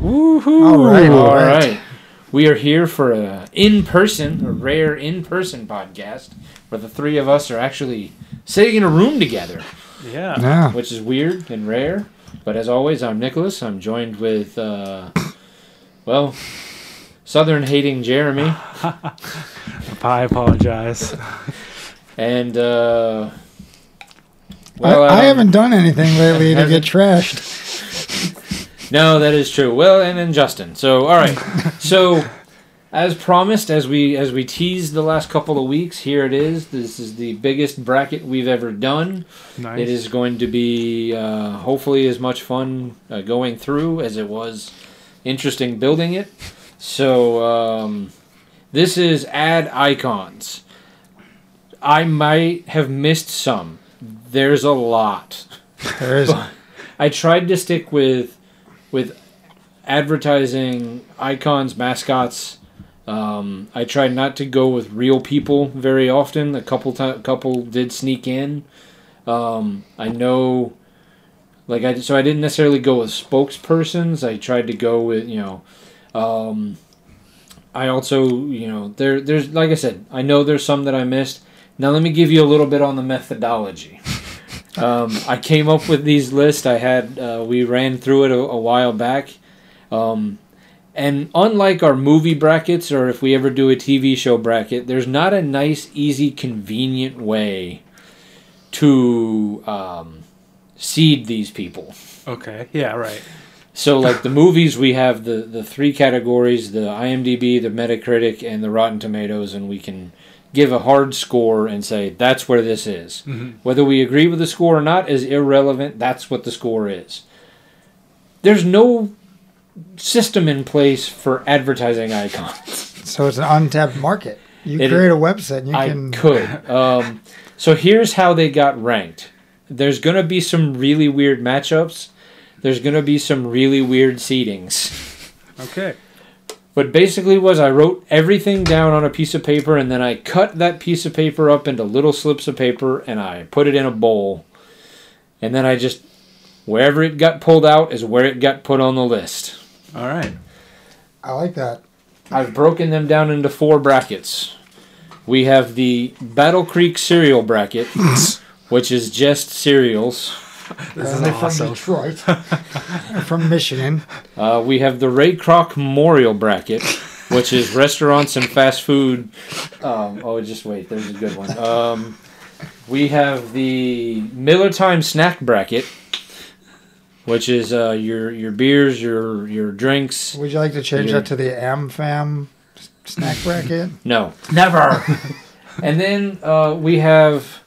Woohoo! All right, all all right. right. We are here for a in-person, a rare in-person podcast where the three of us are actually sitting in a room together, Yeah. Yeah. which is weird and rare. But as always, I'm Nicholas. I'm joined with, uh, well, Southern hating Jeremy I apologize. and. Uh, I, I um, haven't done anything lately to Hasn't- get trashed. No, that is true. Well, and then Justin. So, all right. so, as promised, as we as we teased the last couple of weeks, here it is. This is the biggest bracket we've ever done. Nice. It is going to be uh, hopefully as much fun uh, going through as it was interesting building it. So um, this is ad icons. I might have missed some. There's a lot. There is. I tried to stick with with advertising icons, mascots. Um, I tried not to go with real people very often. A couple ti- couple did sneak in. Um, I know, like I so I didn't necessarily go with spokespersons. I tried to go with you know. Um, I also you know there there's like I said I know there's some that I missed. Now let me give you a little bit on the methodology um, I came up with these lists. I had uh, we ran through it a, a while back, um, and unlike our movie brackets or if we ever do a TV show bracket, there's not a nice, easy, convenient way to um, seed these people. Okay. Yeah, right. So, like the movies, we have the the three categories: the IMDb, the Metacritic, and the Rotten Tomatoes, and we can give a hard score and say that's where this is. Mhm. Whether we agree with the score or not is irrelevant. That's what the score is. There's no system in place for advertising icons. So it's an untapped market. You It- create a website and you I can. could. Um, so here's how they got ranked. There's gonna be some really weird matchups. There's gonna be some really weird seedings. Okay. But basically was I wrote everything down on a piece of paper and then I cut that piece of paper up into little slips of paper and I put it in a bowl. And then I just wherever it got pulled out is where it got put on the list. All right. I like that. I've broken them down into four brackets. We have the Battle Creek cereal bracket, which is just cereals. This Uh, is they're awesome. From Detroit. They're from Michigan. Uh, we have the Ray Kroc Memorial bracket, which is restaurants and fast food. Um, oh, just wait, there's a good one. Um, we have the Miller Time snack bracket, which is uh, your your beers, your your drinks. Would you like to change Yeah. that to the AmFam s- snack bracket? No, never. and then uh, we have.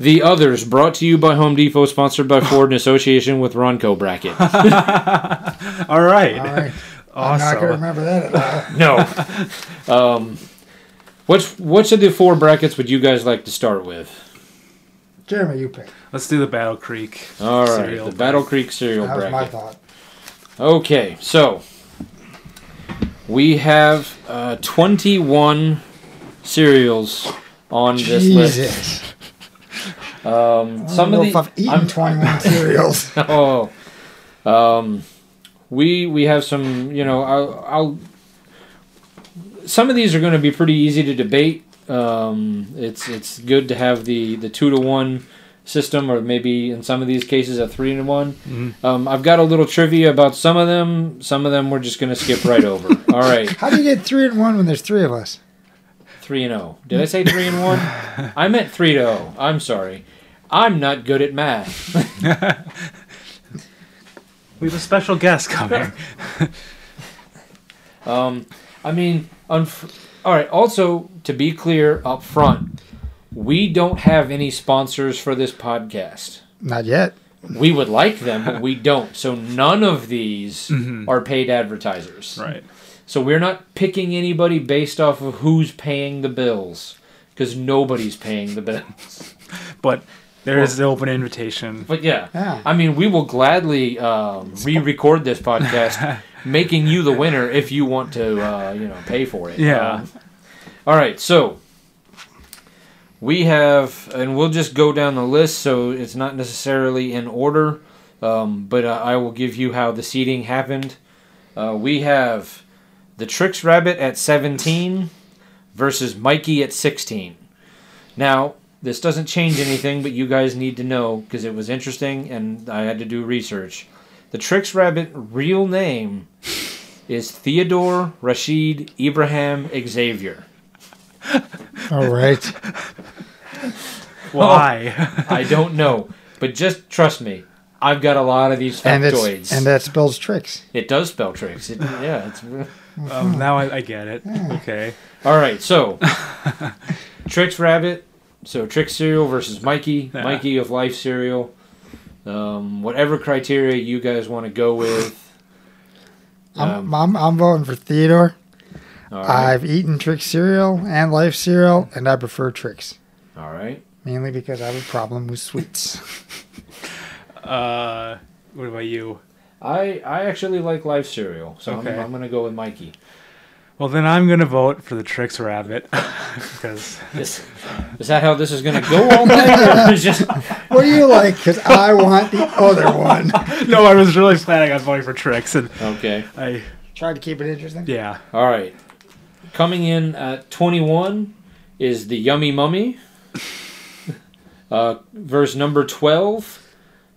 The others brought to you by Home Depot, sponsored by Ford in association with Ronco Bracket. All right. All right. I'm not going to Awesome. remember that at No. all. um, which which of the four brackets would you guys like to start with? Jeremy, you pick. Let's do the Battle Creek. All right, cereal the thing. Battle Creek cereal That was my bracket. thought. Okay, so we have uh, twenty-one cereals on this list. Jesus. Um, I don't some know of if I've the eaten I'm- 21 cereals. oh, um, we we have some. You know, I'll, I'll some of these are going to be pretty easy to debate. Um, it's it's good to have the the two to one system, or maybe in some of these cases a three to one. Um, I've got a little trivia about some of them. Some of them we're just going to skip right over. All right, How do you get three and one when there's three of us? three and zero. Did I say three and one? I meant three to zero. I'm sorry. I'm not good at math. We have a special guest coming. Um, I mean, unf- all right. Also, to be clear up front, we don't have any sponsors for this podcast. Not yet. We would like them, but we don't. So none of these are paid advertisers. Right. So we're not picking anybody based off of who's paying the bills, because nobody's paying the bills. But there is the open invitation. But yeah, Yeah. I mean, we will gladly um, re-record this podcast, making you the winner if you want to, uh, you know, pay for it. Yeah. Um, all right, so we have, and we'll just go down the list, so it's not necessarily in order, um, but uh, I will give you how the seating happened. Uh, we have the Tricks Rabbit at 17 versus Mikey at 16. Now, this doesn't change anything, but you guys need to know because it was interesting and I had to do research. The Tricks Rabbit real name is Theodore Rashid Ibrahim Xavier. All right. Why? I don't know, but just trust me. I've got a lot of these and it's factoids. and that spells tricks. it does spell tricks. It, yeah, it's. um, now I, I get it. Hmm. Okay. All right, so Trix Rabbit, so Trix Cereal versus Mikey, Yeah. Mikey of Life Cereal. Um, whatever criteria you guys want to go with. I'm, I'm, I'm voting for Theodore. Um, All right, I've eaten Trix cereal and Life cereal, and I prefer Trix all right. mainly because I have a problem with sweets. Uh, what about you? I I actually like Life Cereal, so Okay. I'm, I'm gonna go with Mikey. Well, then I'm gonna vote for the Tricks Rabbit because Is, is that how this is gonna go all night? Or is just, what do you like? Because I want the other one. no, I was really planning on voting for Tricks, and okay, I Try to keep it interesting. yeah. all right. Coming in at 21 is the Yummy Mummy. Uh, verse number 12.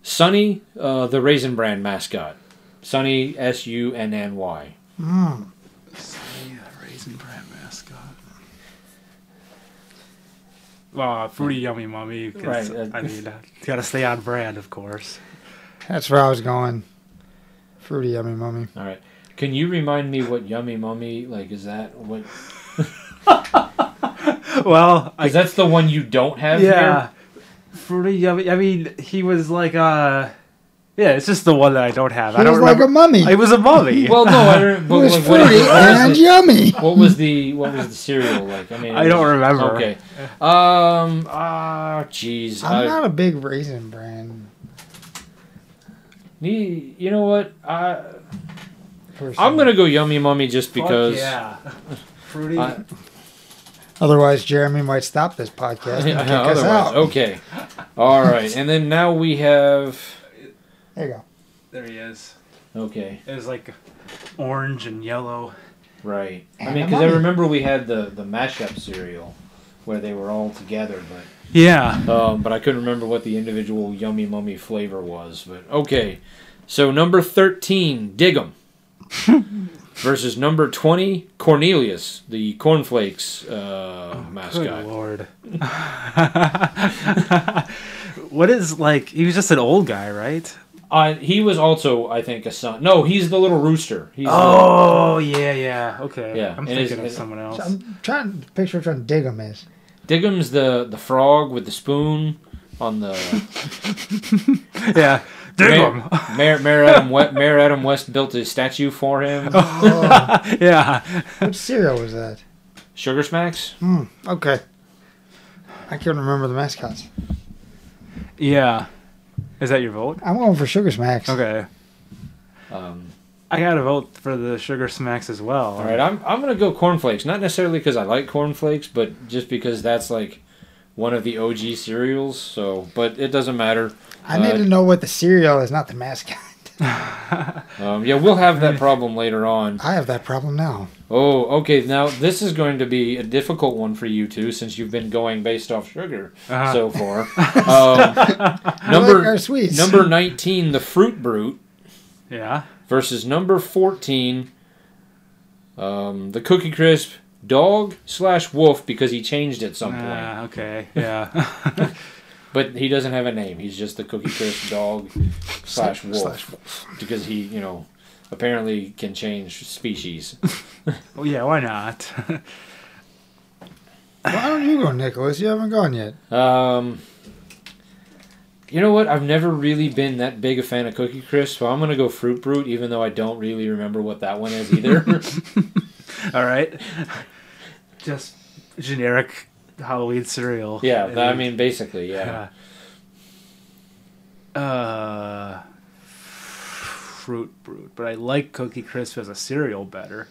Sonny, uh, the Raisin Brand mascot. Sonny, S U N N Y. Raisin Bran mascot. Wow, fruity yummy mummy. 'cause, Right, uh, I mean, it's gotta stay on brand, of course. That's where I was going. Fruity yummy mummy. All right. Can you remind me what Yummy Mummy, like, is that what? Well, I Because that's the one you don't have yeah, here. fruity yummy. I mean, he was like uh, yeah, it's just the one that I don't have. He I don't was like remember. a mummy. it was a mummy. Well, no, I don't. It But, was like, what, fruity what, and was the, yummy. what was the what was the cereal like? I mean, I don't remember. Okay. Um. Ah. jeez. I'm I- not a big raisin brand Ne- You know what? I person. I'm gonna go Yummy Mummy just Fuck because. yeah, fruity. I- Otherwise, Jeremy might stop this podcast and kick us Otherwise, out. okay. All right, and then now we have. There you go. there he is. Okay, It was like orange and yellow. right. I And mean, the because I mummy. remember we had the the mashup cereal where they were all together, but Yeah. um, but I couldn't remember what the individual Yummy Mummy flavor was. But okay, so number thirteen, Dig'em. Versus number twenty, Cornelius, the cornflakes Oh, uh, mascot. Good lord. what is like? He was just an old guy, right? Uh, he was also, I think, a son. No, he's the little rooster. He's Oh yeah, yeah. Okay. Yeah, I'm it is- thinking of it- someone else. So I'm trying to picture which one Diggum is. the, Diggum's the the frog with the spoon on the. yeah. Dig Mayor, Mayor, Mayor Adam West, Mayor Adam West built a statue for him. Oh, yeah. which cereal was that? Sugar Smacks. Hmm. Okay. I can't remember the mascots. Yeah. Is that your vote? I'm going for Sugar Smacks. Okay. Um, I gotta vote for the Sugar Smacks as well. all right, I'm I'm gonna go cornflakes. Not necessarily because I like cornflakes, but just because that's like one of the OG cereals. So, but it doesn't matter. I Uh, need to know what the cereal is, not the mascot. Uh-huh. Um, yeah, we'll have that problem later on. I have that problem now. Oh, okay. Now this is going to be a difficult one for you two, since you've been going based off sugar Uh-huh. so far. Um, Ah. I like our number sweets. number nineteen, the fruit brute, Yeah. versus number fourteen, um, the cookie crisp dog slash wolf because he changed at some point, Ah, okay. Yeah. but he doesn't have a name. He's just the cookie crisp dog slash wolf Slash because he, you know, apparently can change species. well, yeah. Why not? Why don't you go, Nicholas? You haven't gone yet. Um, You know what? I've never really been that big a fan of Cookie Crisp, so I'm gonna go Fruit Brute, even though I don't really remember what that one is either. All right. Just generic Halloween cereal. yeah, And that- I then- mean, basically, yeah. yeah. Uh, fruit brute, but I like Cookie Crisp as a cereal better.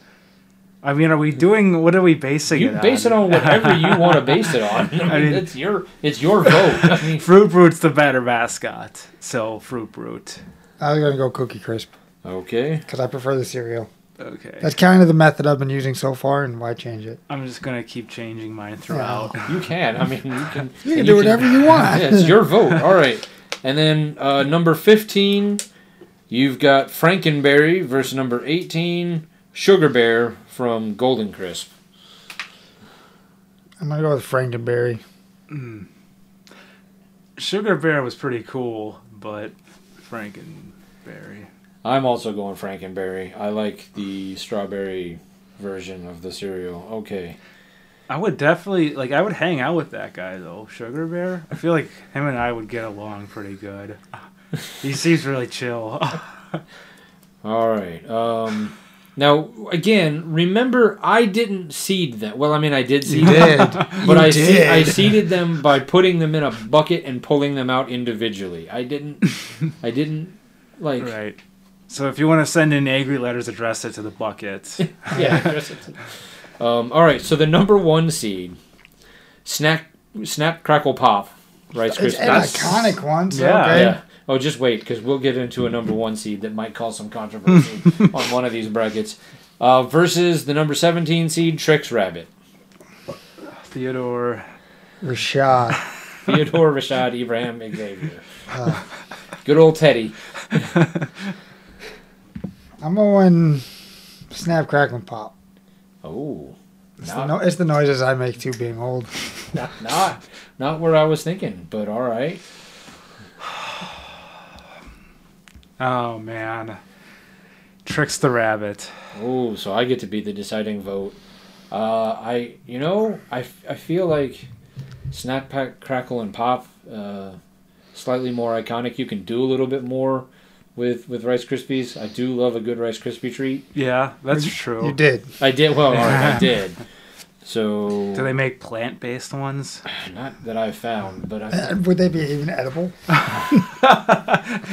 I mean, are we doing? What are we basing You it on? base it on whatever you want to base it on. I mean, mean- it's your it's your vote. I mean, Fruit Brute's the better mascot, so Fruit Brute. I was gonna go Cookie Crisp okay. because I prefer the cereal. Okay, That's kind of the method I've been using so far, and why change it? I'm just gonna keep changing mine throughout. You can. I mean, you can. You can do whatever you want. Yeah, it's your vote. All right. And then uh, number 15, you've got Frankenberry versus number 18, Sugar Bear from Golden Crisp. I'm gonna go with Frankenberry. Sugar Bear was pretty cool, but Frankenberry. I'm also going Frankenberry. I like the strawberry version of the cereal. Okay. I would definitely like. I would hang out with that guy though, Sugar Bear. I feel like him and I would get along pretty good. He seems really chill. All right. Um, now, again, remember I didn't seed them. Well, I mean, I did seed them. But I, se- I seeded them by putting them in a bucket and pulling them out individually. I didn't, I didn't, like, right. So if you want to send in angry letters, address it to the bucket. yeah. um, all right, so the number one seed, snack, snap, crackle, pop, Rice It's Krispies. an iconic one. So Yeah. okay. Yeah. Oh, just wait, because we'll get into a number one seed that might cause some controversy on one of these brackets. Uh, versus the number 17 seed, Tricks Rabbit. Theodore. Rashad. Theodore Rashad Ibrahim Xavier. Good old Teddy. I'm going snap, crackle, and pop. Oh. It's, Not- the no- it's the noises I make too, being old. not, not not where I was thinking, but all right. Oh man. Tricks the rabbit. Oh, so I get to be the deciding vote. Uh, I you know I, f- I feel like Snap Pack Crackle and Pop uh, slightly more iconic. You can do a little bit more with with Rice Krispies. I do love a good Rice Krispie treat. Yeah, that's You true. did. I did well. All right, I did. So Do they make plant-based ones? not that I found, but I, Uh, Would they be even edible?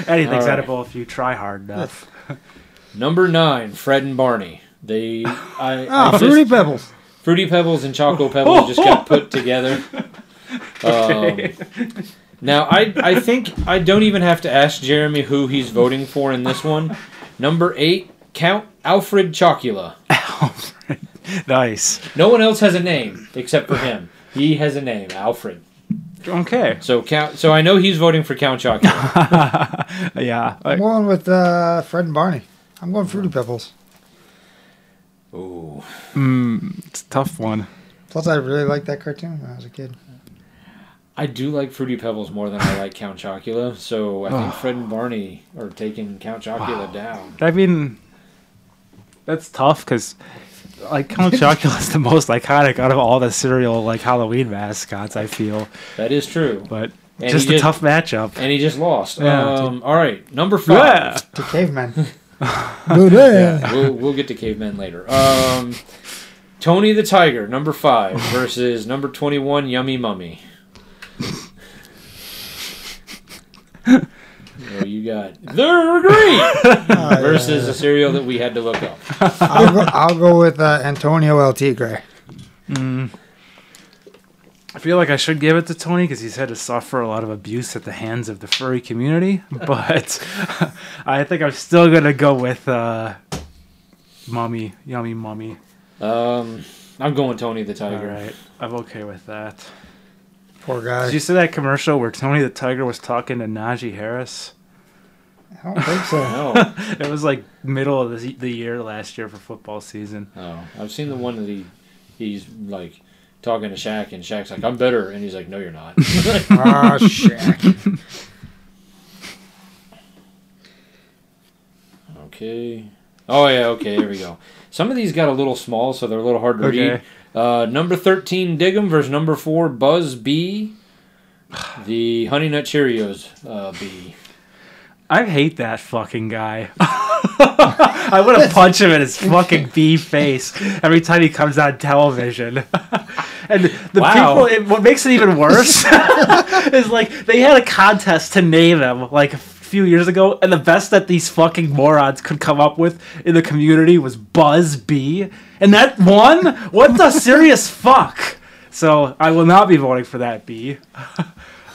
Anything's All right. edible if you try hard enough. number nine, Fred and Barney. They I, I Oh, just- Fruity Pebbles. Fruity Pebbles and Choco Pebbles just got put together. Um, now, I, I think I don't even have to ask Jeremy who he's voting for in this one. Number eight, Count Alfred Chocula. nice. No one else has a name except for him. He has a name, Alfred. Okay. So Count. So I know he's voting for Count Chocula. Yeah. I'm going with uh, Fred and Barney. I'm going Fruity Pebbles. Ooh. Mm, It's a tough one. Plus, I really liked that cartoon when I was a kid. I do like Fruity Pebbles more than I like Count Chocula, so I think Fred and Barney are taking Count Chocula down. I mean, that's tough because like Count Chocula is the most iconic out of all the cereal like Halloween mascots. I feel, That is true. but And just he a did- tough matchup. And he just lost. Yeah. um, all right, number five. Yeah. To cavemen. But, uh, we'll we'll get to cavemen later. Um, Tony the Tiger, number five, versus number twenty-one, Yummy Mummy. So you got they're great uh, versus a cereal that we had to look up. I'll go, I'll go with uh, Antonio El Tigre. Mm. I feel like I should give it to Tony because he's had to suffer a lot of abuse at the hands of the furry community. But I think I'm still gonna go with uh, Mummy, Yummy Mummy. Um, I'm going Tony the All Tiger. right, I'm okay with that. Poor Did guy. you see that commercial where Tony the Tiger was talking to Najee Harris? I don't think so. No, It was like middle of the, the year last year for football season. no, Oh, I've seen the one that he he's like talking to Shaq, and Shaq's like, "I'm better," and he's like, "No, you're not." oh, shit. Okay. Oh yeah. Okay. Here we go. Some of these got a little small, so they're a little hard to Okay. read. Uh, number thirteen Diggum versus number four Buzz B. the Honey Nut Cheerios uh, bee. I hate that fucking guy. I want to punch him in his fucking bee face every time he comes on television. and the Wow. people, it, what makes it even worse is like they had a contest to name him like a few years ago, and the best that these fucking morons could come up with in the community was Buzz Bee, and that won. What the serious fuck? So I will not be voting for that bee.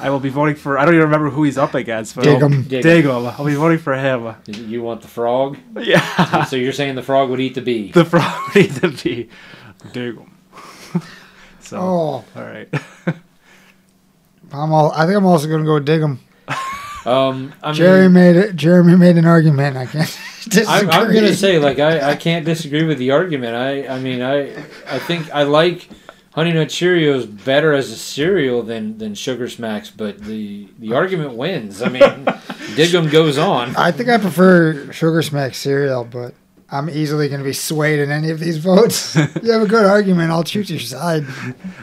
I will be voting for. I don't even remember who he's up against. But Dig I'll- 'em. Dig Dig 'em. I'll be voting for him. You want the frog? Yeah. so you're saying the frog would eat the bee? The property to be dig 'em. so, Oh, all right. I'm all. I think I'm also gonna go dig him. Um, I mean, Jerry made it. Jeremy made an argument. I can't disagree. I'm, I'm gonna say like I, I can't disagree with the argument. I I mean I I think I like Honey Nut Cheerios better as a cereal than than Sugar Smacks, but the the argument wins. I mean, Diggum goes on. I think I prefer Sugar Smack cereal, but I'm easily gonna be swayed in any of these votes. you have a good argument. I'll choose your side.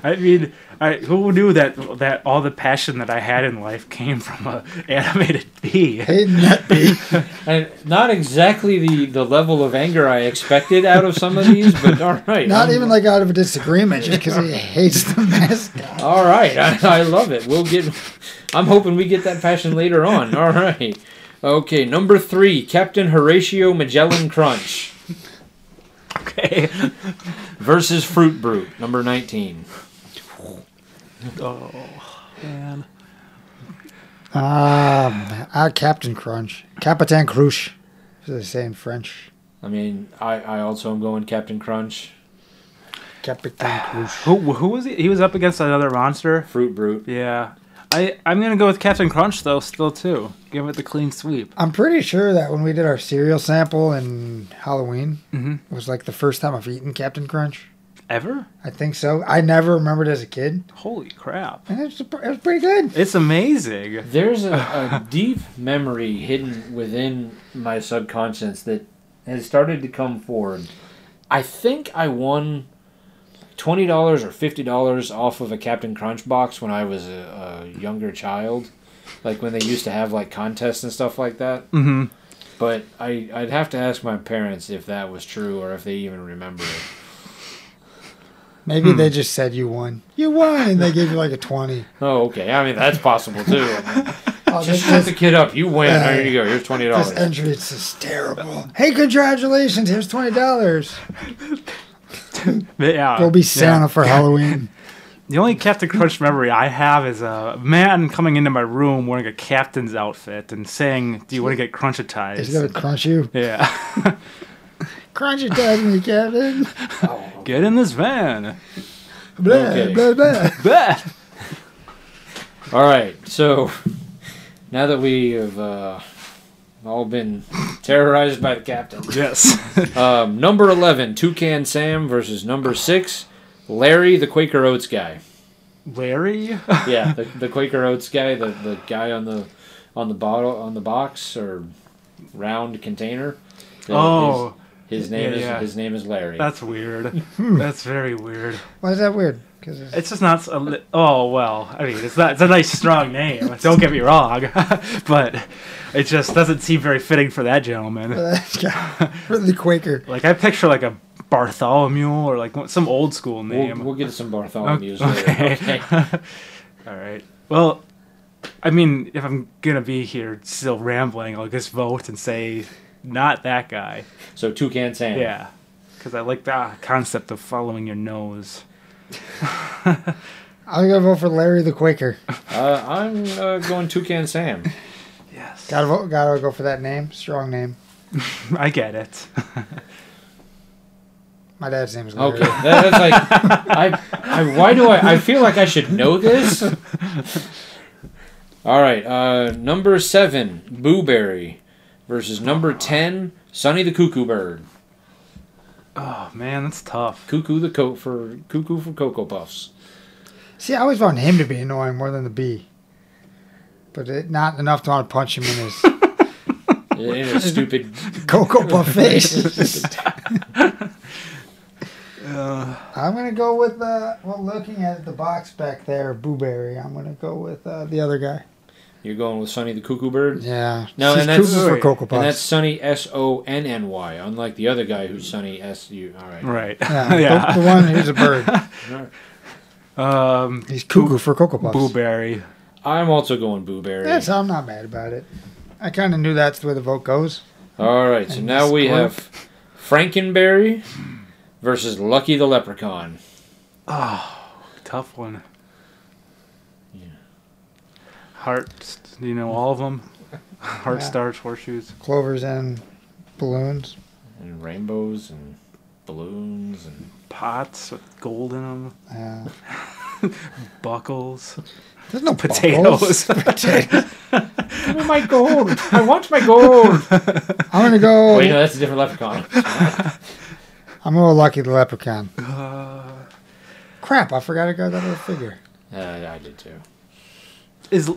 I mean, I who knew that that all the passion that I had in life came from a animated bee. Hayden that be. And not exactly the the level of anger I expected out of some of these, but all right, Not I'm- even like out of a disagreement, just because he hates the mascot. all right. I, I love it. We'll get. I'm hoping we get that passion later on. All right. Okay, number three, Captain Horatio Magellan Crunch. Okay. versus Fruit Brute, number 19. Oh man. Um, ah, Captain Crunch, Capitan Crunch, as they say in French. I mean, I, I also am going Captain Crunch, Capitan Crunch. Who who was he? He was up against another monster. Fruit Brute. Yeah. I I'm gonna go with Captain Crunch though. Still too. Give it the clean sweep. I'm pretty sure that when we did our cereal sample in Halloween, Mhm. it was like the first time I've eaten Captain Crunch. Ever? I think so. I never remembered as a kid, Holy crap. and it was, it was pretty good. It's amazing. There's a, a deep memory hidden within my subconscious that has started to come forward. I think I won $20 or $50 off of a Captain Crunch box when I was a, a younger child. Like when they used to have like contests and stuff like that. Mm-hmm. But I, I'd have to ask my parents if that was true or if they even remember it. Maybe Hmm. they just said you won. You won, and they gave you like a twenty. Oh, okay. I mean, that's possible too. I mean, Oh, just this, shut the this, kid up. You win. Yeah. There you go. Here's twenty this dollars. entry is just terrible. Hey, congratulations! Here's twenty dollars. Uh, Yeah. Go be yeah. Santa for Halloween. The only Captain Crunch memory I have is a man coming into my room wearing a captain's outfit and saying, "Do you want to get He's crunchitized?" gonna crunch you. Yeah, Crunch it, Dad, me, Captain. get in this van. Blah, Okay. blah, blah. Bah! All right. So now that we have uh, all been terrorized by the captain, Yes. um, number eleven, Toucan Sam versus number six, Larry the Quaker Oats guy. Larry. Yeah, the, the Quaker Oats guy, the, the guy on the on the bottle on the box or round container. Uh, Oh, his, his name yeah, is yeah. his name is Larry. that's weird. Hmm. That's very weird. Why is that weird? Because It's just not. s- A li- oh well. I mean, it's not. It's a nice strong name. Don't get me wrong, but it just doesn't seem very fitting for that Uh, gentleman. for the Quaker. Like I picture like a Bartholomew or like some old school We'll, name. we'll get some Bartholomew's Okay. later. Okay. All right. Well, I mean, if I'm gonna be here still rambling, I'll just vote and say not that guy. So Toucan Sam. Yeah, because I like the ah, concept of following your nose. I'm gonna vote for Larry the Quaker. Uh, I'm uh, going Toucan Sam. Yes. Gotta vote, gotta go for that name. Strong name. I get it. My dad's name is Larry. Okay, that, that's like, I, I, why do I? I feel like I should know this. All right, uh, number seven, Booberry, versus number ten, Sonny the Cuckoo Bird. oh man, that's tough. Cuckoo the coat for cuckoo for cocoa puffs. See, I always found him to be annoying more than the bee. But it, not enough to want to punch him in his In a stupid. Cocoa Puff face. Uh, I I'm gonna go with uh, well, looking at the box back there, Boo Berry. I'm gonna go with uh, the other guy. You're going with Sonny the Cuckoo Bird. Yeah. No, She's and that's cuckoo for Cocoa and that's Puffs. Sonny S O N N Y, unlike the other guy who's Sonny S U. All right. Right. Yeah, yeah. The, the one who's a bird. Um, He's cuckoo for Cocoa Puffs. Blueberry. I'm also going Boo Berry. Yeah, so I'm not mad about it. I kind of knew that's where the vote goes. All right, so And now we Squirt. have Frankenberry versus Lucky the Leprechaun. Oh, tough one. Hearts, you know, all of them. Heart Yeah. stars, horseshoes. Clovers and balloons. And rainbows and balloons and pots with gold in them, Uh, buckles, there's no potatoes. buckles. Potatoes. Give me my gold. I want my gold. I'm gonna go. Wait, uh, no, that's a different leprechaun. I'm gonna go Lucky the Leprechaun. uh, Crap! I forgot to go that little figure. Uh, I did too. is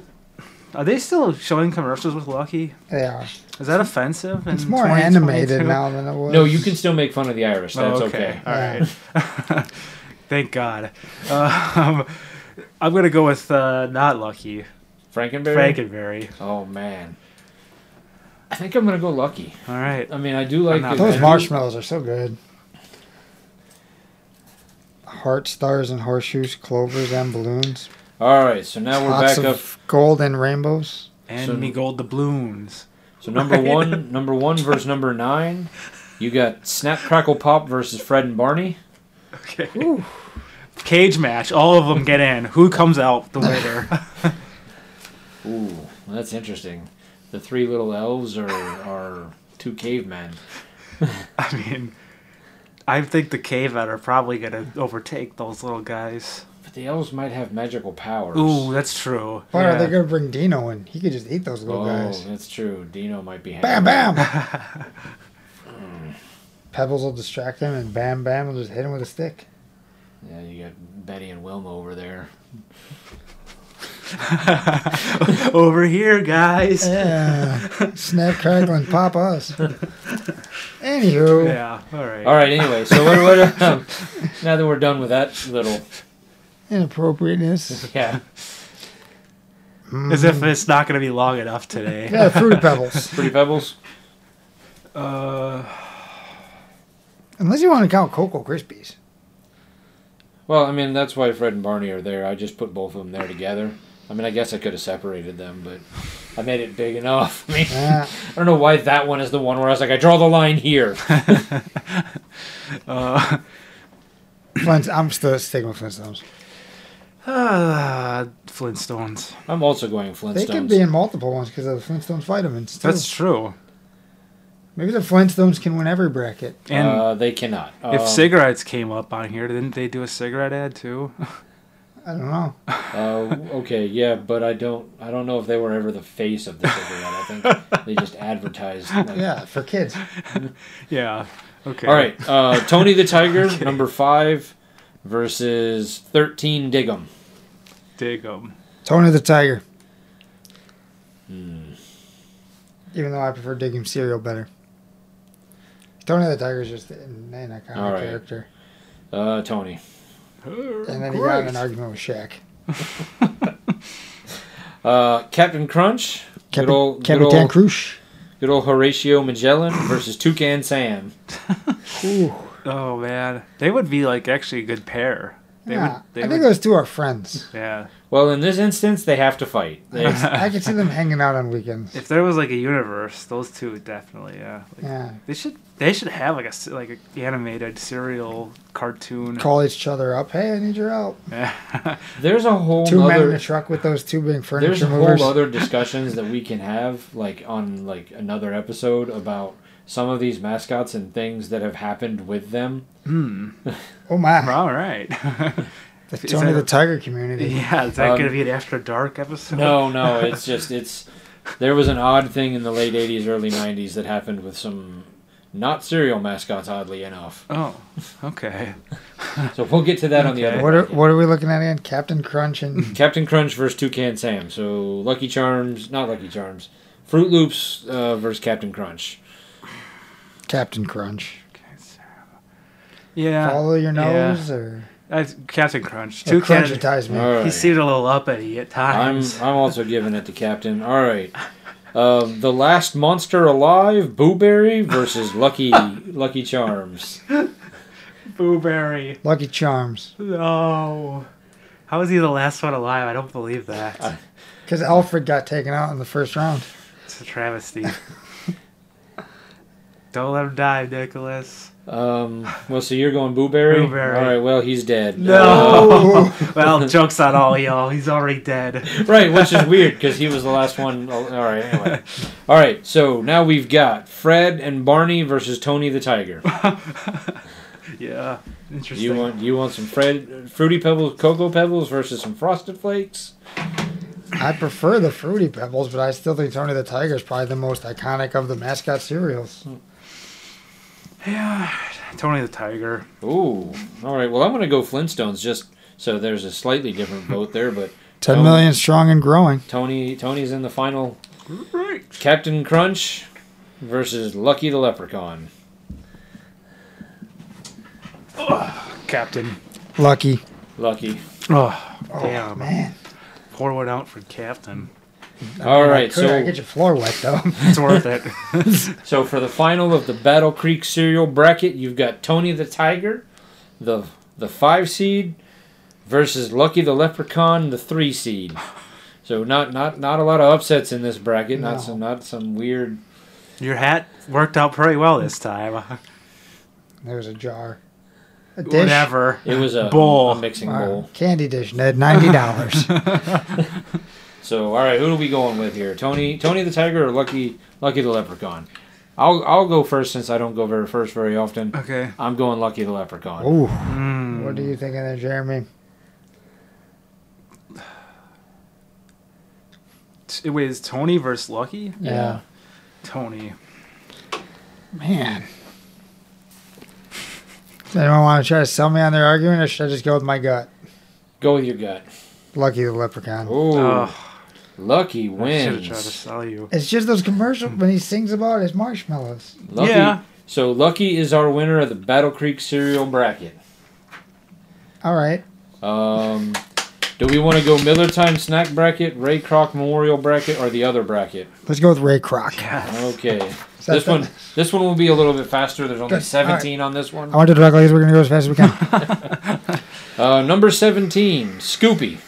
are they still showing commercials with Lucky? They are. Is that offensive? in It's more 2022? animated now than it was. No, you can still make fun of the Irish. Oh, That's okay. All right. Thank God. Um, I'm gonna go with uh, not Lucky Frankenberry. Frankenberry. Oh man. I think I'm gonna go Lucky. All right. I mean, I do like I'm not- Those I do- marshmallows are so good. Heart stars and horseshoes, clovers and balloons. All right, so now we're Lots back up. of gold and rainbows. And So- me gold doubloons. So number one, number one versus number nine. You got Snap Crackle Pop versus Fred and Barney. Okay. Cage match. All of them get in. Who comes out the winner? Ooh, that's interesting. The three little elves are are two cavemen. I mean, I think the cave men are probably gonna overtake those little guys. But the elves might have magical powers. Ooh, that's true. Why Yeah. are they gonna bring Dino in? He could just eat those little oh, guys. that's true. Dino might be. Bam, hanging out. bam. Pebbles will distract him, and Bam, bam will just hit him with a stick. Yeah, you got Betty and Wilma over there. Over here, guys. Yeah. Snap, crackle, and pop us. Anywho, Yeah. All right. All right. Anyway, so what? what um, now that we're done with that little, inappropriateness. Mm. yeah, As if it's not gonna be long enough today. Yeah, fruity pebbles. pretty pebbles. Uh, Unless you want to count Cocoa Krispies. Well, I mean that's why Fred and Barney are there. I just put both of them there together. I mean, I guess I could have separated them, but I made it big enough. I mean, Yeah. I don't know why that one is the one where I was like, I draw the line here. uh, Flint, I'm still sticking with Flintstones. ah, Flintstones. I'm also going Flintstones. They can be in multiple ones because of the Flintstones vitamins. Too. That's true. Maybe the Flintstones can win every bracket. And uh, they cannot. if Um, cigarettes came up on here, didn't they do a cigarette ad too? I don't know. Uh, okay, yeah, but I don't. I don't know if they were ever the face of the cigarette. I think they just advertised. Like, Yeah, for kids. yeah. Okay. All right, uh, Tony the Tiger, number five, versus thirteen Diggum. Dig 'em. Tony the Tiger. Hmm. Even though I prefer digging cereal better. Tony the Tiger's just an, an iconic All right. character. Uh, Tony. And then he got in an Great. argument with Shaq. Uh, Captain Crunch. Capi- good old, good Capitan old, Cruz. good old Horatio Magellan versus Toucan Sam. Ooh. Oh man, they would be like actually a good pair. They Yeah, would. They I would. think those two are friends. yeah. Well, in this instance, they have to fight. They, I could see them hanging out on weekends. If there was like a universe, those two would definitely. Yeah. Like, Yeah. They should. They should have like a s- like a animated serial cartoon. Call each other up. Hey, I need your help. there's a whole Two men in other. a truck with those two big There's furniture movers. whole other discussions that we can have, like on like another episode about some of these mascots and things that have happened with them. Oh my. All right. The Is Tony that- the Tiger community. yeah. Is that Um, gonna be an After Dark episode? No, no, it's just it's. There was an odd thing in the late '80s, early '90s that happened with some not serial mascots, oddly enough. Oh. Okay. So we'll get to that on the Okay. other. What are bracket. what are we looking at again? Captain Crunch and Captain Crunch versus Toucan Sam. So Lucky Charms, not Lucky Charms, Fruit Loops uh, versus Captain Crunch. Captain Crunch. Okay, so- Yeah, Follow your Yeah. nose or that's Captain Crunch. Too Two crunch crunch. ties me. All He right. seemed a little uppity at I'm times. I'm also giving it to Captain. All right. Um, the last monster alive, Boo Berry versus Lucky Lucky Charms. Boo Berry. Lucky Charms. No. How is he the last one alive? I don't believe that. Because Alfred got taken out in the first round. It's a travesty. don't let him die, Nicholas. Um, well, so you're going Boo Berry. Boo Berry. All right. Well, he's dead. Uh, No. well, joke's on all y'all. He's already dead. Uh, right, which is weird because he was the last one. All right. Anyway. All right. So now we've got Fred and Barney versus Tony the Tiger. Yeah. Interesting. You want you want some Fred fruity pebbles, cocoa pebbles versus some frosted flakes. I prefer the Fruity Pebbles, but I still think Tony the Tiger is probably the most iconic of the mascot cereals. yeah. Tony the Tiger. Ooh. All right. Well, I'm gonna go Flintstones just so there's a slightly different vote there, but Ten Um, million strong and growing. Tony Tony's in the final. Right. Captain Crunch versus Lucky the Leprechaun. Captain. Lucky. Lucky. Oh, damn. Man. Pour one out for Captain. All I right. could, I So get your floor wet though. It's worth it. So for the final of the Battle Creek cereal bracket, you've got Tony the Tiger, the the five seed, versus Lucky the Leprechaun, the three seed. So not not not a lot of upsets in this bracket. No. Not some not some weird. Your hat worked out pretty well this time. There's a jar. A dish. Whatever. It was a, Bowl. a mixing Wow. bowl. Candy dish, Ned. Ninety dollars. So all right, who are we going with here? Tony Tony the Tiger or Lucky Lucky the Leprechaun? I'll I'll go first since I don't go very first very often. Okay. I'm going Lucky the Leprechaun. Ooh. Mm. What are you thinking there, Jeremy? T- Wait, is Tony versus Lucky? Yeah. Tony. Man. Does anyone want to try to sell me on their argument, or should I just go with my gut? Go with your gut. Lucky the leprechaun. Ooh, Oh, Lucky I should wins. have tried to sell you. It's just those commercials when he sings about his marshmallows. Lucky. Yeah. So Lucky is our winner of the Battle Creek cereal bracket. All right. Um, do we want to go Miller Time snack bracket, Ray Kroc Memorial bracket, or the other bracket? Let's go with Ray Kroc. Yes. Okay. Is that This the- one, this one will be a little bit faster. There's only Good. 17 on this I one. want to talk like this. We're gonna go as fast as we can. Uh, number 17, Scoopy.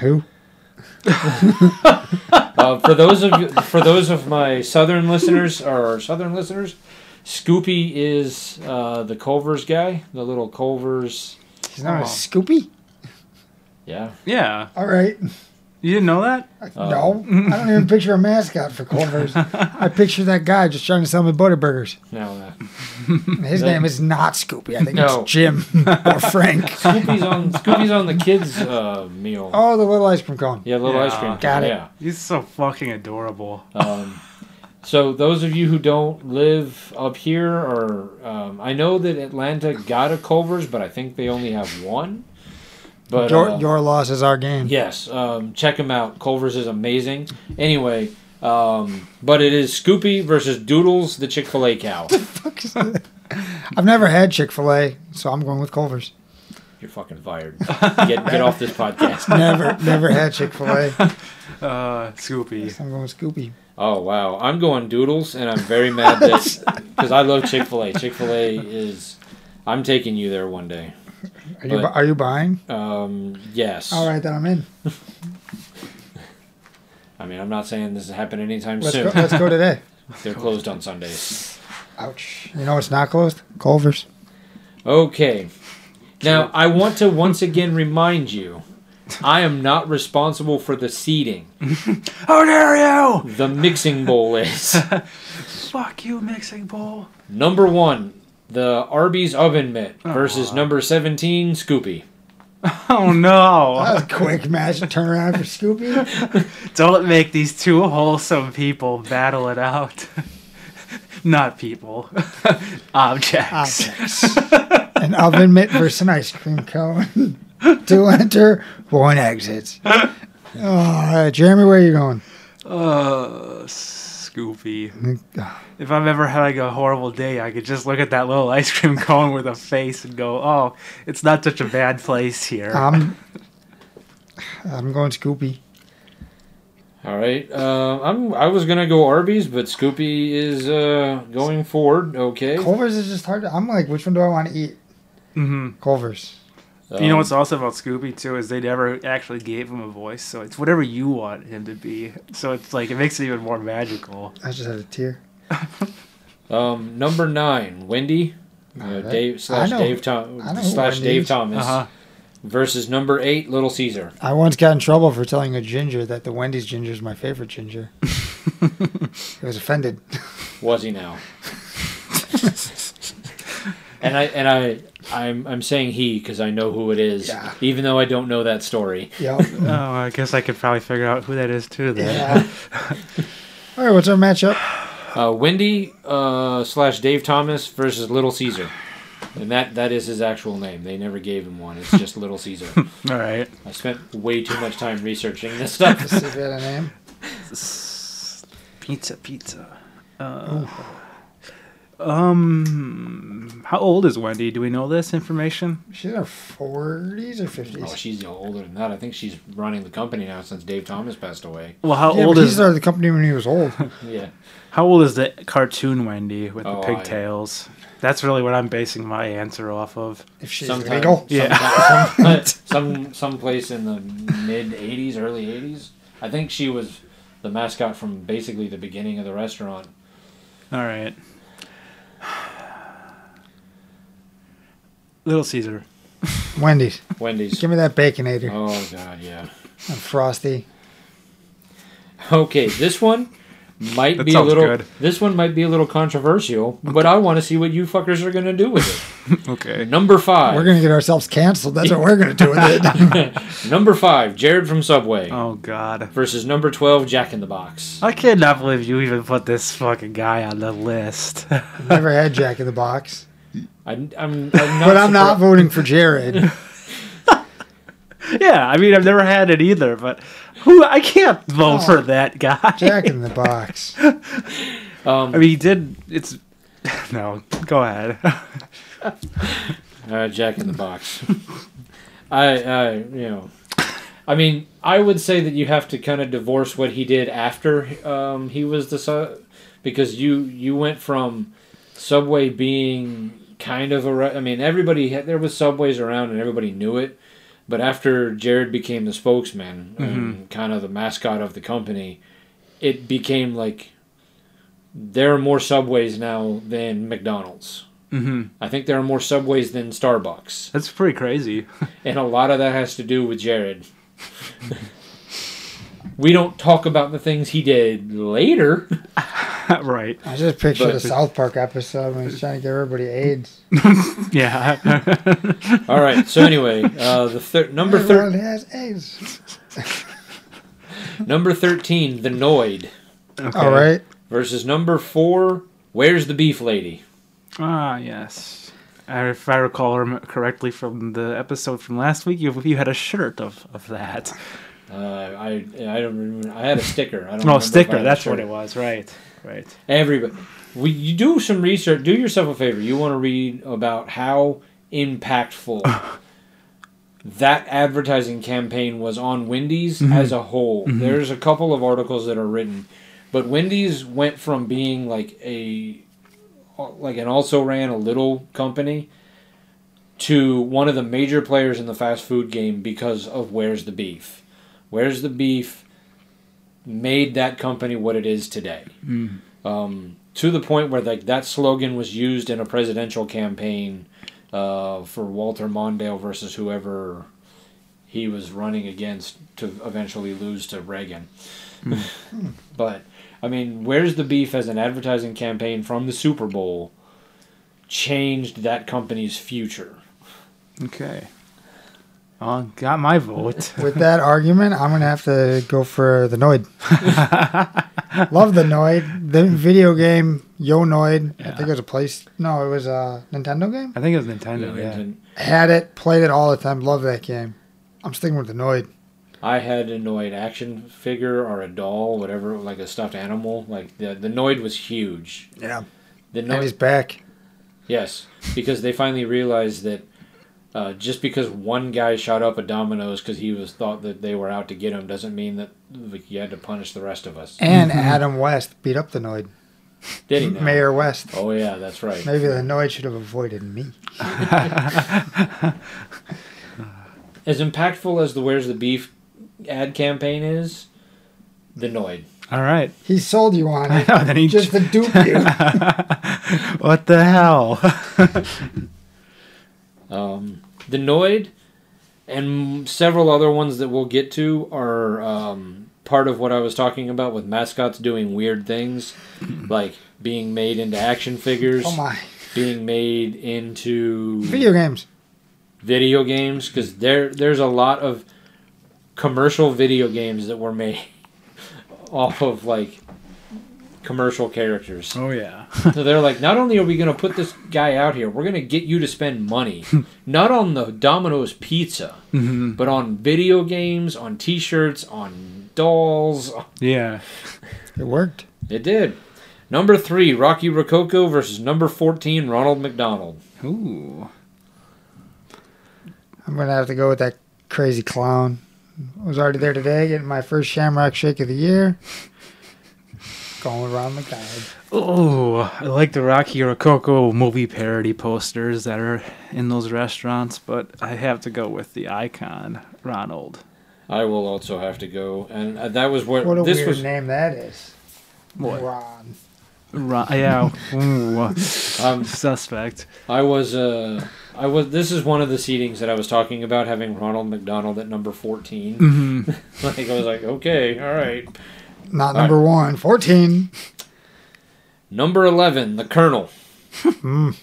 Who? Uh, for those of you, for those of my southern listeners or our southern listeners, Scoopy is uh, the Culver's guy, the little Culver's. He's not a Oh. Scoopy. Yeah. Yeah. All right. You didn't know that? no, I don't even picture a mascot for Culver's. I picture that guy just trying to sell me Butterburgers. No. no. His That- name is not Scoopy. I think No. it's Jim or Frank. Scoopy's on Scoopy's on the kids' uh, meal. Oh, the little ice cream cone. Yeah, little Yeah. ice cream. Got it. Yeah. He's so fucking adorable. Um, so those of you who don't live up here, or um, I know that Atlanta got a Culver's, but I think they only have one. But your, uh, your loss is our game. yes, um, check them out. Culver's is amazing. Anyway, um, but it is Scoopy versus Doodles, the Chick Fil A cow. Fuck is that? I've never had Chick Fil A, so I'm going with Culver's. You're fucking fired. Get get off this podcast. Never, never had Chick Fil A. I'm Uh, Scoopy. going with Scoopy. Oh wow, I'm going Doodles, and I'm very mad that because I love Chick Fil A. Chick Fil A is. I'm taking you there one day. Are you, bu- But- are you buying? Um, yes. All right, then I'm in. I mean, I'm not saying this has happened anytime Let's soon. go, let's go today. They're closed on Sundays. Ouch. You know it's not closed? Culver's. Okay. Now, I want to once again remind you I am not responsible for the seeding. How dare you! The mixing bowl is. Fuck you, mixing bowl. Number one, the Arby's oven mitt versus number 17, Scoopy. Oh That was no! a quick match turnaround for Scoopy. Don't make these two wholesome people battle it out. Not people. Objects. Objects. Ah, An oven mitt versus an ice cream cone. Two enter, one exits. Oh, all right, Jeremy, where are you going? Uh, Scoopy. Goofy. Ah, If I've ever had like a horrible day, I could just look at that little ice cream cone with a face and go, "Oh, it's not such a bad place here." I'm I'm going Scoopy. All right. Uh, I'm. I was gonna go Arby's, but Scoopy is uh, going forward. Okay. Culver's is just hard. To, I'm like, which one do I want to eat? hmm Culver's. you know Um, what's awesome about Scooby too is they never actually gave him a voice, so it's whatever you want him to be. So it's like it makes it even more magical. I just had a tear. Um, number nine, Wendy. Uh, All right. Dave slash I know- Dave Tom I know slash Dave Wendy's. Thomas Uh-huh. versus number eight, Little Caesar. I once got in trouble for telling a ginger that the Wendy's ginger is my favorite ginger. he was offended. Was he now? and I and I I'm I'm saying he because I know who it is, Yeah. even though I don't know that story. Yep. Oh, I guess I could probably figure out who that is too. Then. yeah. All right, what's our matchup? Uh, Wendy uh, slash Dave Thomas versus Little Caesar, and that that is his actual name. They never gave him one. It's just Little Caesar. All right. I spent way too much time researching this stuff. Let's see if we had a name. Pizza, pizza. Uh, um, how old is Wendy? Do we know this information? She's in her 40s or 50s. Oh, she's older than that. I think she's running the company now since Dave Thomas passed away. Well, how yeah, old but he is started the company when he was old. Yeah. how old is the cartoon Wendy with Oh, I- the pigtails? That's really what I'm basing my answer off of. If she's Sometime- legal. sometime- some someplace in the mid '80s, early '80s. I think she was the mascot from basically the beginning of the restaurant. All right. Little Caesar. Wendy's. Wendy's. Give me that Baconator. Oh God, yeah. I'm frosty. Okay, this one might That be a sounds little. good. This one might be a little controversial, but I want to see what you fuckers are gonna do with it. Okay. Number 5 We're going to get ourselves canceled. That's what we're going to do with it. number five, Jared from Subway Oh God. versus number twelve, Jack in the Box. I cannot believe you even put this fucking guy on the list. Never had Jack in the Box. I'm, I'm, I'm not But I'm surprised- not voting for Jared. Yeah, I mean, I've never had it either, but who I can't vote for that guy. Jack in the Box. Um, I mean, he did. It's no. Go ahead. Uh, Jack in the Box. I, I, you know, I mean, I would say that you have to kind of divorce what he did after um, he was the sub, because you you went from Subway being kind of a, re- I mean, everybody had, there was Subways around and everybody knew it, but after Jared became the spokesman and kind of the mascot of the company, it became like there are more Subways now than McDonald's. hmm I think there are more Subways than Starbucks. That's pretty crazy. And a lot of that has to do with Jared. we don't talk about the things he did later. right. I just pictured But- a South Park episode when he's trying to give everybody AIDS. Yeah. All right. So anyway, uh, the thir- number thir- Everyone has AIDS. number thirteen, the Noid, Okay. All right. versus number four, where's the beef lady? Ah, yes. I- If I recall rem- correctly from the episode from last week, you, you had a shirt of, of that. Uh, I I don't remember. I had a sticker. I don't. remember No if I had Oh, sticker. a That's shirt. what it was. Right. Right. Everybody, we, you do some research. Do yourself a favor. You want to read about how impactful that advertising campaign was on Wendy's as a whole. There's a couple of articles that are written, but Wendy's went from being like a like an also ran a little company to one of the major players in the fast food game because of Where's the Beef. Where's the Beef made that company what it is today um, to the point where like that slogan was used in a presidential campaign uh, for Walter Mondale versus whoever he was running against to eventually lose to Reagan. Hmm. but I mean, where's the beef as an advertising campaign from the Super Bowl changed that company's future? Okay. Well, got my vote. With that argument, I'm gonna have to go for the Noid. Love the Noid. The video game Yo Noid. I think it was a place. No, it was a Nintendo game. I think it was Nintendo. Yeah. Had it, played it all the time. Love that game. I'm sticking with the Noid. I had a Noid action figure or a doll, whatever, like a stuffed animal. Like the the Noid was huge. Yeah. The And he's Noid, back. yes, because they finally realized that uh, just because one guy shot up a Domino's because he was thought that they were out to get him doesn't mean that like, you had to punish the rest of us. And Adam West beat up the Noid. Did he? now? Mayor West. Oh yeah, that's right. Maybe the Noid should have avoided me. As impactful as the "Where's the Beef" ad campaign is, the Noid. All right. He sold you on I it. know. Then he Just to dupe you. what the hell? Um, the Noid and several other ones that we'll get to are um, part of what I was talking about with mascots doing weird things, like being made into action figures, Oh my. being made into Video games. video games, because there there's a lot of commercial video games that were made off of like commercial characters. oh yeah. So they're like, not only are we going to put this guy out here, we're going to get you to spend money, not on the Domino's pizza, hmm but on video games, on t shirts, on dolls. Yeah. It worked. It did. Number three, Rocky Rococo versus number 14, Ronald McDonald. Ooh. I'm gonna have to go with that crazy clown. I was already there today, getting my first Shamrock Shake of the year. Going around McDonald. Oh, I like the Rocky Rococo movie parody posters that are in those restaurants, but I have to go with the icon, Ronald. I will also have to go. And uh, that was where What a this weird was. name that is. What? Ron. Ron- yeah. Ooh. Um, Suspect. I was. Uh, I was. This is one of the seatings that I was talking about, having Ronald McDonald at number 14. hmm like, I was like, okay, all right. Not number one. Fourteen. Number 11, the Colonel. Mm.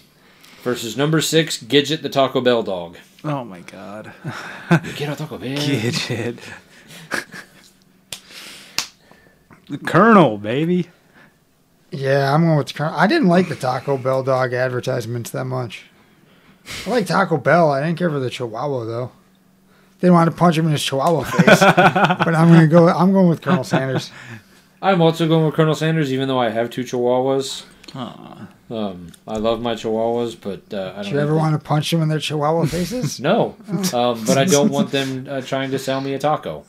Versus number 6, Gidget the Taco Bell dog. Oh my god. You get a Taco Bell. Gidget. the Colonel, baby. Yeah, I'm going with the current. I didn't like the Taco Bell dog advertisements that much. I like Taco Bell. I didn't care for the Chihuahua though. Didn't want to punch him in his Chihuahua face. but I'm gonna go. I'm going with Colonel Sanders. I'm also going with Colonel Sanders, even though I have two Chihuahuas. Aw. Um, I love my Chihuahuas, but uh, I don't Do you ever think- want Oh. to punch them in their Chihuahua faces? No, um, but I don't want them uh, trying to sell me a taco.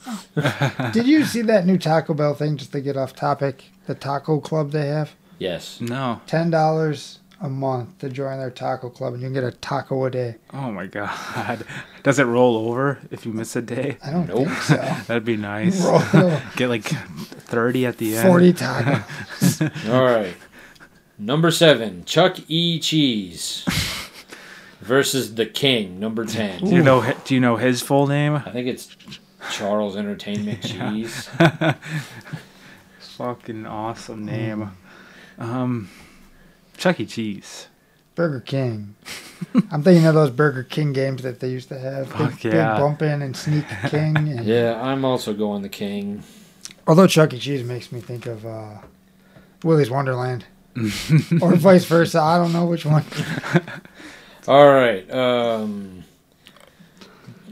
Did you see that new Taco Bell thing? Just to get off topic, the Taco Club they have Yes. No. ten dollars a month to join their Taco Club, and you can get a taco a day. Oh my god. Does it roll over if you miss a day? I don't Nope. think so. That'd be nice. Roll Get like 30 at the end. Forty tacos. All right. Number 7, Chuck E. Cheese. Versus the King, number 10. Do you know do you know his full name? I think it's Charles Entertainment Cheese. Fucking awesome name. Um Chuck E. Cheese. Burger King. I'm thinking of those Burger King games that they used to have. Big, Fuck yeah. big bumping and sneak king. And, Yeah, I'm also going the King. Although Chuck E. Cheese makes me think of uh, Willy's Wonderland, or vice versa. I don't know which one. All right. Um,